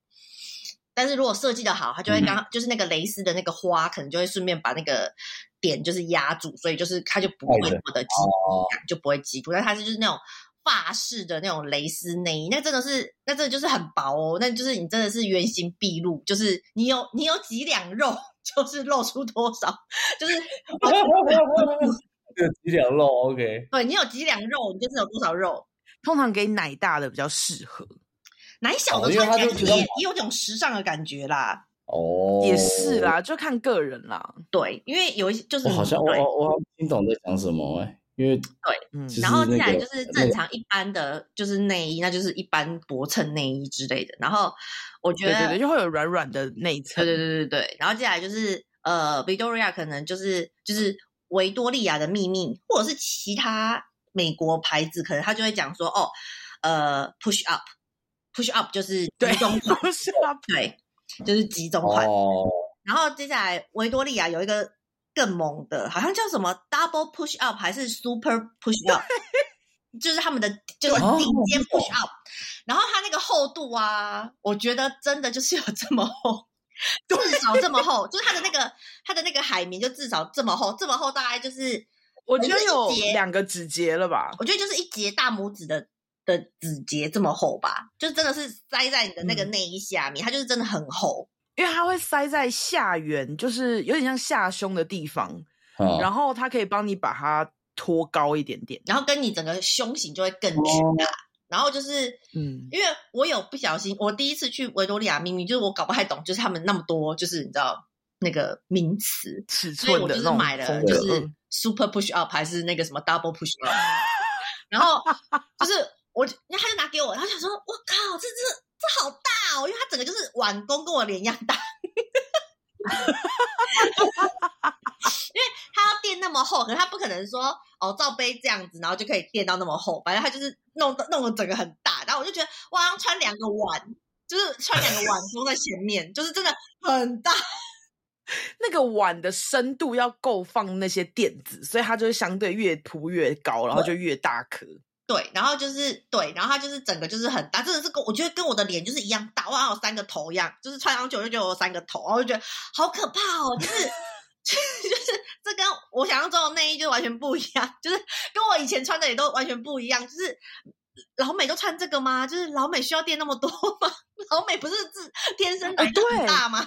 Speaker 3: 但是如果设计的好，它就会刚、就是那个蕾丝的那个花，可能就会顺便把那个点就是压住，所以就是它就不会
Speaker 4: 哎
Speaker 3: 那
Speaker 4: 对
Speaker 3: 么的激
Speaker 4: 哦
Speaker 3: 突感，就不会激突。但它是就是那种法式的那种蕾丝内衣，那真的是那真的就是很薄哦，那就是你真的是原形毕露，就是你有你有几两肉， 就是露出多少，就是完全
Speaker 4: 这个几两肉，OK，
Speaker 3: 对你有几两肉，你就是有多少肉。
Speaker 2: 通常给奶大的比较适合，
Speaker 3: 奶小
Speaker 4: 哦
Speaker 3: 的
Speaker 4: 因为
Speaker 3: 穿起
Speaker 4: 它
Speaker 3: 来就
Speaker 4: 就
Speaker 3: 是
Speaker 4: 比较
Speaker 3: 也也有种时尚的感觉啦，
Speaker 4: 哦，
Speaker 2: 也是啦，就看个人啦，
Speaker 3: 对，因为有一些就是
Speaker 4: 我好像我
Speaker 3: 对
Speaker 4: 我我好像听懂在讲什么哎、因为
Speaker 2: 嗯，
Speaker 4: 其实
Speaker 3: 然后再
Speaker 4: 那
Speaker 3: 来
Speaker 4: 个
Speaker 3: 就是
Speaker 4: 那
Speaker 3: 正
Speaker 4: 个
Speaker 3: 常一般的就是内衣，那就是一般薄衬内衣之类的。然后我觉
Speaker 2: 对
Speaker 3: 得，
Speaker 2: 对对，就会有软软的内层，
Speaker 3: 对对对对对然后接下来就是呃，Victoria 可能就是就是维多利亚的秘密，或者是其他美国牌子，可能他就会讲说哦，呃，push up，push up 就是集中款，
Speaker 2: 不是啊，
Speaker 3: 对，就是集 中款。
Speaker 4: 哦，
Speaker 3: 然后接下来维多利亚有一个更猛的，好像叫什么 double push up 还是 super push up，就是他们的就是
Speaker 4: 哦
Speaker 3: 顶尖 push up，、然后它那个厚度啊，我觉得真的就是有这么厚。至少这么厚，就是它的那个它的那个海绵就至少这么厚，这么厚大概就是
Speaker 2: 我觉得有
Speaker 3: 一节
Speaker 2: 两个指节了吧，
Speaker 3: 我觉得就是一节大拇指的的指节这么厚吧，就是真的是塞在你的那个
Speaker 2: 嗯
Speaker 3: 内衣下面，它就是真的很厚。
Speaker 2: 因为它会塞在下缘，就是有点像下胸的地方，
Speaker 3: 哦
Speaker 4: 好
Speaker 2: 然后它可以帮你把它托高一点点。
Speaker 3: 然后跟你整个胸型就会更巨大。然后就是
Speaker 2: 嗯，
Speaker 3: 因为我有不小心，我第一次去维多利亚秘密，就是我搞不太懂，就是他们那么多，就是你知道那个名词，
Speaker 2: 尺
Speaker 3: 所以
Speaker 2: 寸
Speaker 3: 我
Speaker 2: 的
Speaker 3: 就是
Speaker 2: 那种
Speaker 3: 买了
Speaker 2: 风
Speaker 3: 就
Speaker 2: 格，
Speaker 3: 是
Speaker 2: 嗯
Speaker 3: super push up 还是那个什么 double push up，然后就是我，然后他就拿给我，他想说，我靠，这这这好大哦，因为它整个就是碗弓跟我脸一样大。 它要垫那么厚，可是它不可能说哦罩杯这样子，然后就可以垫到那么厚，反正它就是弄得弄得整个很大，然后我就觉得我好像穿两个碗，就是穿两个碗装在前面，就是真的很大。
Speaker 2: 那个碗的深度要够放那些垫子，所以它就会相对越凸越高，然后就越大颗。
Speaker 3: 对，然后就是对，然后它就是整个就是很大，真的是跟我觉得跟我的脸就是一样大，我好像有三个头一样，就是穿上去我就觉得我有三个头，然后我就觉得好可怕哦，就是 就是这跟我想象中的内衣就完全不一样，就是跟我以前穿的也都完全不一样，就是老美都穿这个吗？就是老美需要垫那么多吗？ 老美不是自天生
Speaker 2: 哎
Speaker 3: 奶就很
Speaker 2: 对
Speaker 3: 大吗？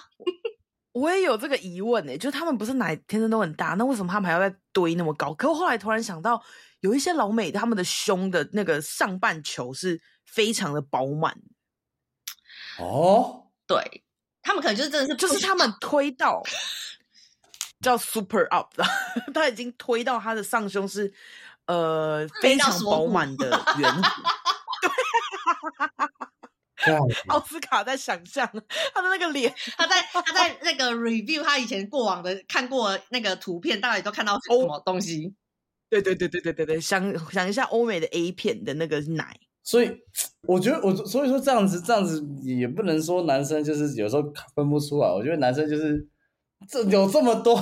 Speaker 2: 我也有这个疑问呢、欸就他们不是奶天生都很大，那为什么他们还要再堆那么高？可我后来突然想到，有一些老美他们的胸的那个上半球是非常的饱满，
Speaker 4: 哦，
Speaker 3: 对他们可能就是真的是
Speaker 2: 就是他们推 到叫 super up 的，他已经推到他的上胸是呃
Speaker 3: 推
Speaker 2: 非
Speaker 3: 到
Speaker 2: 常
Speaker 3: 锁
Speaker 2: 饱
Speaker 3: 骨
Speaker 2: 满的圆弧。
Speaker 4: 干
Speaker 2: 奥斯卡在想象他的那个脸，
Speaker 3: 他在他在那个 review 他以前过往的看过那个图片，到底都看到什
Speaker 2: 哦
Speaker 3: 么东西？
Speaker 2: 对对对对对对对，想想一下欧美的 A 片的那个奶，
Speaker 4: 所以我觉得我所以说这样子这样子也不能说男生就是有时候分不出来，我觉得男生就是这有这么多，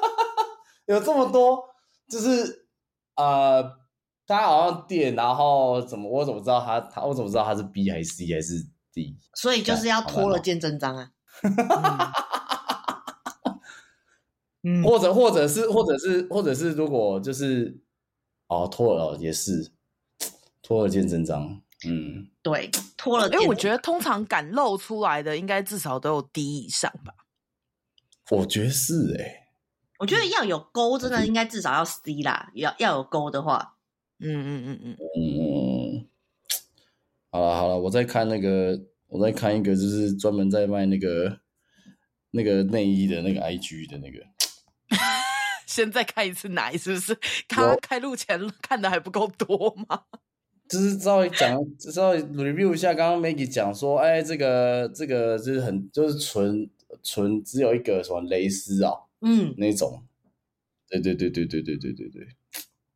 Speaker 4: 有这么多，就是呃，他好像点，然后怎么我怎么知道他他我怎么知道他是 B 还是 C 还是 D？
Speaker 3: 所以就是要脱
Speaker 4: 哦
Speaker 3: 了见真章啊！
Speaker 2: 嗯，
Speaker 4: 或者或者是或者是或者是如果就是哦脱了也是脱了见真章，嗯。
Speaker 3: 对，脱了
Speaker 2: 因
Speaker 3: 见。
Speaker 2: 为哎我觉得通常敢露出来的，应该至少都有 D 以上吧。
Speaker 4: 我觉得是哎、
Speaker 3: 我觉得要有勾，
Speaker 4: 嗯
Speaker 3: 真的应该至少要 C 啦，要要有勾的话，
Speaker 2: 嗯嗯嗯 嗯，
Speaker 4: 嗯，好了好了，我在看那个，我在看一个，就是专门在卖那个那个内衣的那个 IG 的那个，
Speaker 2: 先再看一次奶是不是？刚刚开录前看的还不够多吗？
Speaker 4: 就是稍微讲，稍微 review 一下刚刚 Maggie 讲说，哎，这个这个就是很就是纯纯只有一个什么蕾丝啊、
Speaker 3: 嗯，
Speaker 4: 那种，对对对对对对对对对，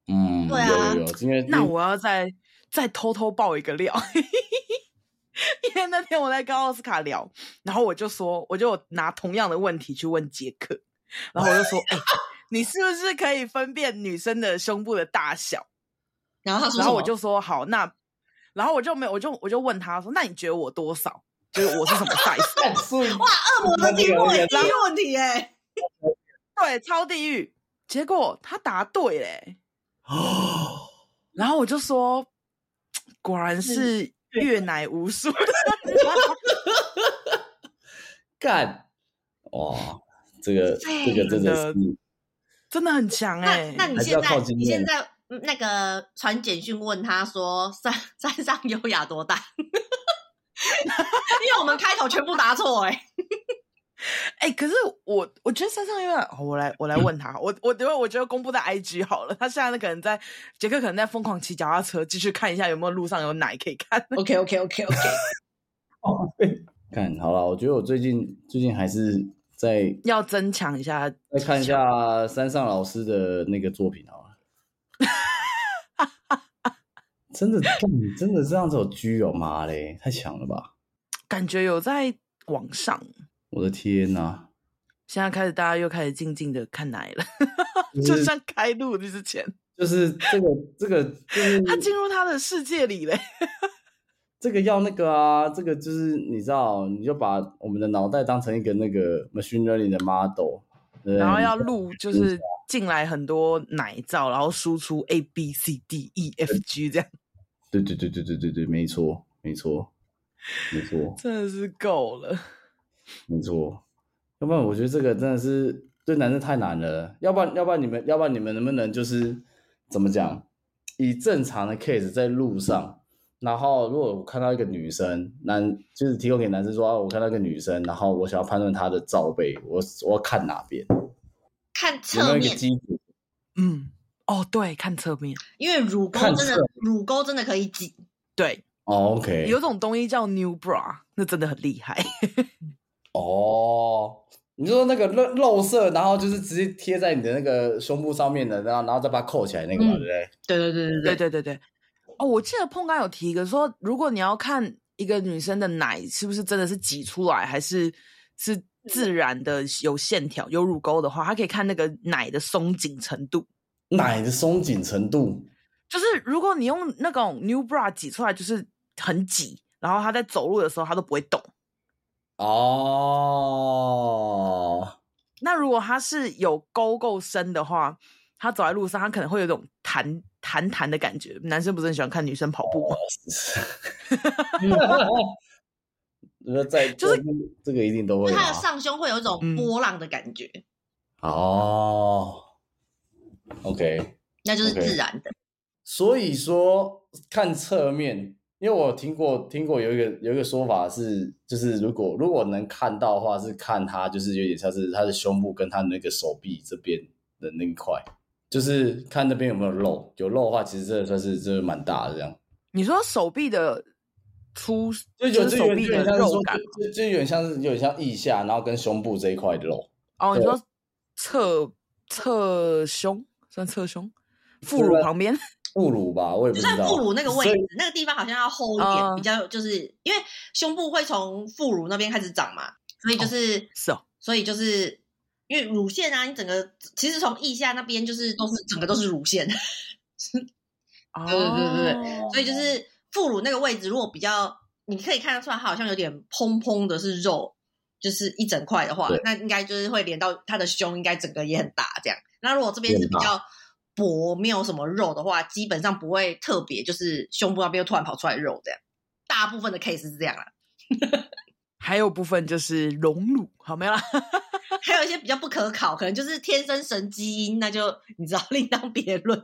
Speaker 4: 嗯，
Speaker 3: 对啊
Speaker 4: 有有有，因为
Speaker 2: 那我要再再偷偷爆一个料， 因为那天我在跟奥斯卡聊，然后我就说，我就拿同样的问题去问杰克，然后我就说，哎、你是不是可以分辨女生的胸部的大小？
Speaker 3: 然后他说什么，
Speaker 2: 然后我就说好，那然后我就没有，我就我就问他说，那你觉得我多少？就是我是什么 size？
Speaker 4: 看所以
Speaker 3: 恶魔的题目也是一个问题哎、
Speaker 2: 对，超地狱。结果他答对嘞、
Speaker 4: 哦，
Speaker 2: 然后我就说，果然是阅奶无数的。
Speaker 4: 干哇，这个这个真
Speaker 2: 真
Speaker 4: 的
Speaker 2: 的
Speaker 4: 是。
Speaker 2: 真的很强哎、
Speaker 3: 那那你
Speaker 4: 还是
Speaker 3: 现
Speaker 4: 要靠
Speaker 3: 在
Speaker 4: 经
Speaker 3: 你
Speaker 4: 验
Speaker 3: 现在嗯那个传简讯问他说山山上优雅多大？ 因为我们开头全部答错哎、
Speaker 2: 哎、可是我我觉得山上因为、哦我来我来问
Speaker 3: 嗯
Speaker 2: 他，我我等会我觉得公布在 IG 好了，他现在可能在杰克可能在疯狂骑脚踏车，继续看一下有没有路上有奶可以看。
Speaker 3: OK OK OK OK，
Speaker 2: 哦
Speaker 4: 看好了，我觉得我最近最近还是在
Speaker 2: 要增强一下，
Speaker 4: 再看一下山上老师的那个作品好了。真的，干真的这样子有狙哦，妈嘞，太强了吧！
Speaker 2: 感觉有在往上。
Speaker 4: 我的天呐、
Speaker 2: 现在开始，大家又开始静静的看奶了，
Speaker 3: 嗯
Speaker 4: 就
Speaker 2: 就是像开录之前，
Speaker 4: 就是这个这个就是
Speaker 2: 他进入他的世界里嘞。
Speaker 4: 这个要那个啊，这个就是你知道，你就把我们的脑袋当成一个那个 machine learning 的 model，对不对
Speaker 2: 然后要录，就是进来很多奶照，然后输出 A B C D E F G 这样，
Speaker 4: 对对对对对对对，没错没错没错。
Speaker 2: 真的是够了。
Speaker 4: 没错，要不然我觉得这个真的是对男生太难了。要不然，要不然你们，要不然你们能不能就是怎么讲，以正常的 case 在路上，然后如果我看到一个女生，男就是提供给男生说啊，我看到一个女生，然后我想要判断她的罩杯，我我要看哪边
Speaker 3: 看
Speaker 4: 有没
Speaker 3: 侧
Speaker 4: 有一个
Speaker 3: 面，
Speaker 4: 基础？
Speaker 2: 嗯，哦，对，看侧面，
Speaker 3: 因为乳沟
Speaker 4: 看
Speaker 3: 真的
Speaker 4: 侧
Speaker 3: 乳沟真的可以挤，
Speaker 2: 对，
Speaker 4: 哦，OK，
Speaker 2: 有种东西叫 New Bra，那真的很厉害。
Speaker 4: 哦，你就说那个肉肉色，然后就是直接贴在你的那个胸部上面的，然后然后再把它扣起来那个嘛，
Speaker 3: 嗯
Speaker 4: 对不对？
Speaker 3: 对对对对
Speaker 2: 对对对对，哦，我记得碰刚有提一个说，如果你要看一个女生的奶是不是真的是挤出来，还是是自然的有线条、有乳沟的话，她可以看那个奶的松紧程度。
Speaker 4: 奶的松紧程度。
Speaker 2: 就是如果你用那种 new bra 挤出来，就是很挤，然后她在走路的时候她都不会动。
Speaker 4: 哦，
Speaker 2: 那如果她是有沟够深的话，她走在路上，她可能会有一种弹弹弹的感觉。男生不是很喜欢看女生跑步吗？
Speaker 4: 那在
Speaker 2: 就是
Speaker 4: 在这个一定都
Speaker 3: 就
Speaker 4: 会
Speaker 3: 是它的
Speaker 4: 吧
Speaker 3: 上胸会有一种
Speaker 2: 嗯
Speaker 3: 波浪的感觉，
Speaker 4: 哦，OK，
Speaker 3: 那就是
Speaker 4: OK
Speaker 3: 自然的。
Speaker 4: 所以说看侧面，因为我听过听过有一个有一个说法是，就是如果如果能看到的话，是看他就是有点像是他的胸部跟他那个手臂这边的那一块，就是看那边有没有肉，有肉的话，其实这算是这蛮大的这样。
Speaker 2: 你说手臂的粗，
Speaker 4: 就
Speaker 2: 就
Speaker 4: 有
Speaker 2: 是
Speaker 4: 就
Speaker 2: 手
Speaker 4: 有
Speaker 2: 臂
Speaker 4: 点
Speaker 2: 的
Speaker 4: 像是
Speaker 2: 肉
Speaker 4: 说
Speaker 2: 感嘛。
Speaker 4: 就就有点像是有点像腋下，然后跟胸部这一块的肉，
Speaker 2: 哦，你
Speaker 4: 对
Speaker 2: 说侧侧胸算侧胸，副
Speaker 4: 对
Speaker 2: 乳
Speaker 4: 吧
Speaker 2: 旁边，
Speaker 4: 副乳吧，我也不
Speaker 3: 就
Speaker 4: 知
Speaker 3: 算
Speaker 2: 啊
Speaker 4: 道。
Speaker 3: 副乳那个位
Speaker 4: 所以
Speaker 3: 置，那个地方好像要厚一
Speaker 2: 嗯
Speaker 3: 点，比较就是因为胸部会从副乳那边开始长嘛，所以就是
Speaker 2: 是哦，
Speaker 3: 所以就是因为乳腺啊，你整个其实从腋下那边就是都是整个都是乳腺，对对
Speaker 2: 对
Speaker 3: 所
Speaker 4: 哦
Speaker 3: 以就是副乳那个位置，如果比较你可以看得出来，它好像有点蓬蓬的是肉，就是一整块的话
Speaker 4: 对，
Speaker 3: 那应该就是会连到它的胸，应该整个也很大这样。那如果这边是比
Speaker 4: 也
Speaker 3: 较薄，没有什么肉的话，基本上不会特别就是胸部那边又突然跑出来肉这样。大部分的 case 是这 样啦，啊
Speaker 2: 还有部分就是隆乳，好没有啦，
Speaker 3: 还有一些比较不可考，可能就是天生神基因，那就你知道另当别论。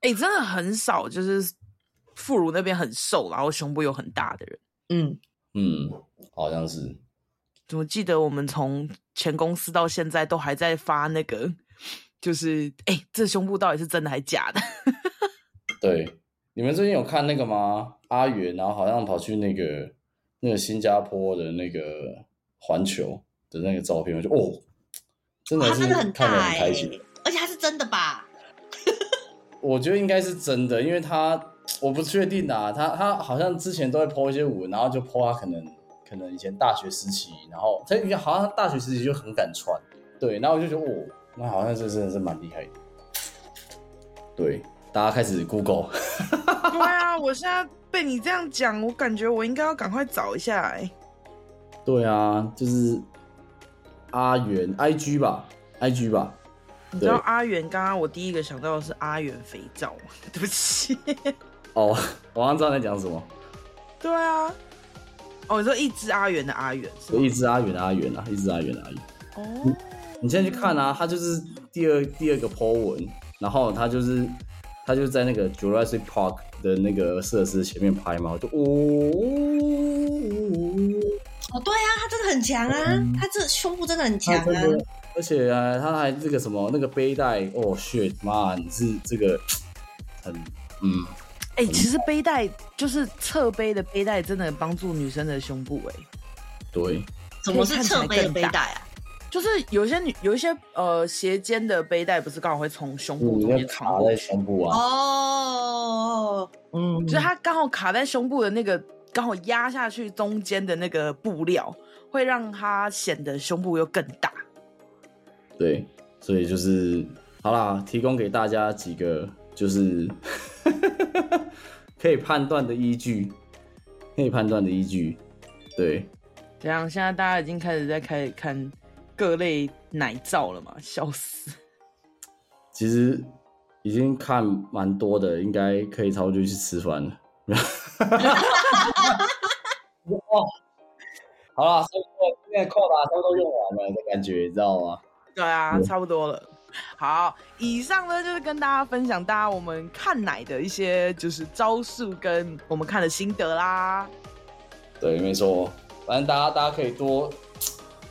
Speaker 2: 哎、真的很少，就是副乳那边很瘦，然后胸部又很大的人。
Speaker 3: 嗯，
Speaker 4: 嗯，好像是
Speaker 2: 我记得我们从前公司到现在都还在发那个，就是哎、这胸部到底是真的还假的？
Speaker 4: 对。你们最近有看那个吗？阿元，然后好像跑去那个那个新加坡的那个环球的那个照片，我就哦，真的
Speaker 3: 它
Speaker 4: 是
Speaker 3: 真的很
Speaker 4: 看得
Speaker 3: 大
Speaker 4: 很
Speaker 3: 哎、
Speaker 2: 欸
Speaker 4: 开心。
Speaker 3: 而且它是真的吧？
Speaker 4: 我觉得应该是真的，因为他我不确定啊，他他好像之前都会 po 一些舞，然后就 po 他可能可能以前大学时期，然后他好像他大学时期就很敢穿，对，然后我就觉得哦，那好像这真的是蛮厉害的，对，大家开始 Google，
Speaker 2: 对啊，我现在被你这样讲，我感觉我应该要赶快找一下、哎，
Speaker 4: 对啊，就是阿元 IG 吧，IG 吧，
Speaker 2: 你知
Speaker 4: 对
Speaker 2: 道阿元刚刚我第一个想到的是阿元肥皂吗？ 对不起。
Speaker 4: 哦， 我好像知道你在讲什么，
Speaker 2: 对啊，哦，你说一只阿元的阿元是
Speaker 4: 我
Speaker 2: 吗？
Speaker 4: 一只阿元阿元啊，一只阿元阿元。
Speaker 2: 哦，
Speaker 4: 你现在去看啊，他就是第二第二个 po 文，然后他就是他就在那个 Jurassic Park 的那个设施前面拍嘛，我就哦，
Speaker 3: 哦，对啊，他真的很强啊，他这胸部真的很强
Speaker 4: 嗯他
Speaker 3: 啊
Speaker 4: 这。个，而且啊，他还这个什么那个背带，哦 shit，妈，你是这个很嗯，
Speaker 2: 哎、其实背带就是侧背的背带，真的很帮助女生的胸部哎、
Speaker 4: 对，
Speaker 3: 什么是侧背的背带啊？
Speaker 2: 就是有些女有一些呃斜肩的背带，不是刚好会从胸部
Speaker 4: 你
Speaker 2: 中
Speaker 4: 要
Speaker 2: 间穿
Speaker 4: 卡
Speaker 2: 过
Speaker 4: 在
Speaker 2: 去，
Speaker 4: 胸部啊，
Speaker 3: 哦，嗯，
Speaker 2: 就是它刚好卡在胸部的那个刚好压下去中间的那个布料，会让它显得胸部又更大。
Speaker 4: 对，所以就是好啦，提供给大家几个就是 可以判断的依据，可以判断的依据。对，
Speaker 2: 怎样？现在大家已经开始在开始看各类奶罩了嘛？笑死！
Speaker 4: 其实已经看蛮多的，应该可以差不多就去吃饭了。哦， 好啦，差不多，现在扣啦，差不多用完了的感觉，你知道吗？
Speaker 2: 对啊，
Speaker 4: 嗯
Speaker 2: 差不多了。好，以上呢就是跟大家分享大家我们看奶的一些就是招数跟我们看的心得啦。
Speaker 4: 对，没错，反正大家大家可以多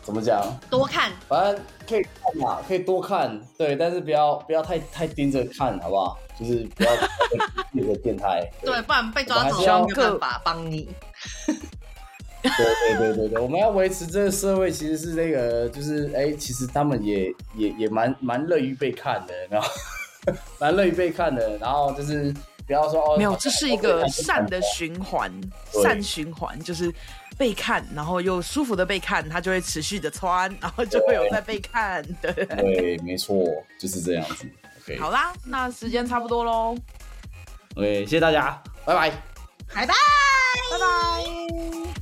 Speaker 4: 怎么讲，
Speaker 3: 多看，
Speaker 4: 反正可以看嘛，可以多看，对，但是不要不要太太盯着看，好不好？就是不要盯着变态。
Speaker 3: 对，不然被抓走
Speaker 4: 我们还是要
Speaker 3: 没有办法帮你。
Speaker 4: 对对对对对，我们要维持这个社会，其实是那个，就是哎、其实他们也也也蛮蛮乐于被看的，然后 蛮乐于被看的，然后就是不要说哦，
Speaker 2: 没有，
Speaker 4: 好
Speaker 2: 这是
Speaker 4: 好
Speaker 2: 一个
Speaker 4: 好
Speaker 2: 善的循环，
Speaker 4: 对
Speaker 2: 善循环就是被看，然后又舒服的被看，它就会持续的穿，然后就会有在被看。对，
Speaker 4: 对，没错，就是这样子。OK
Speaker 2: 好啦，那时间差不多喽，
Speaker 4: OK，谢谢大家，拜拜。
Speaker 3: 拜拜。
Speaker 2: 拜拜。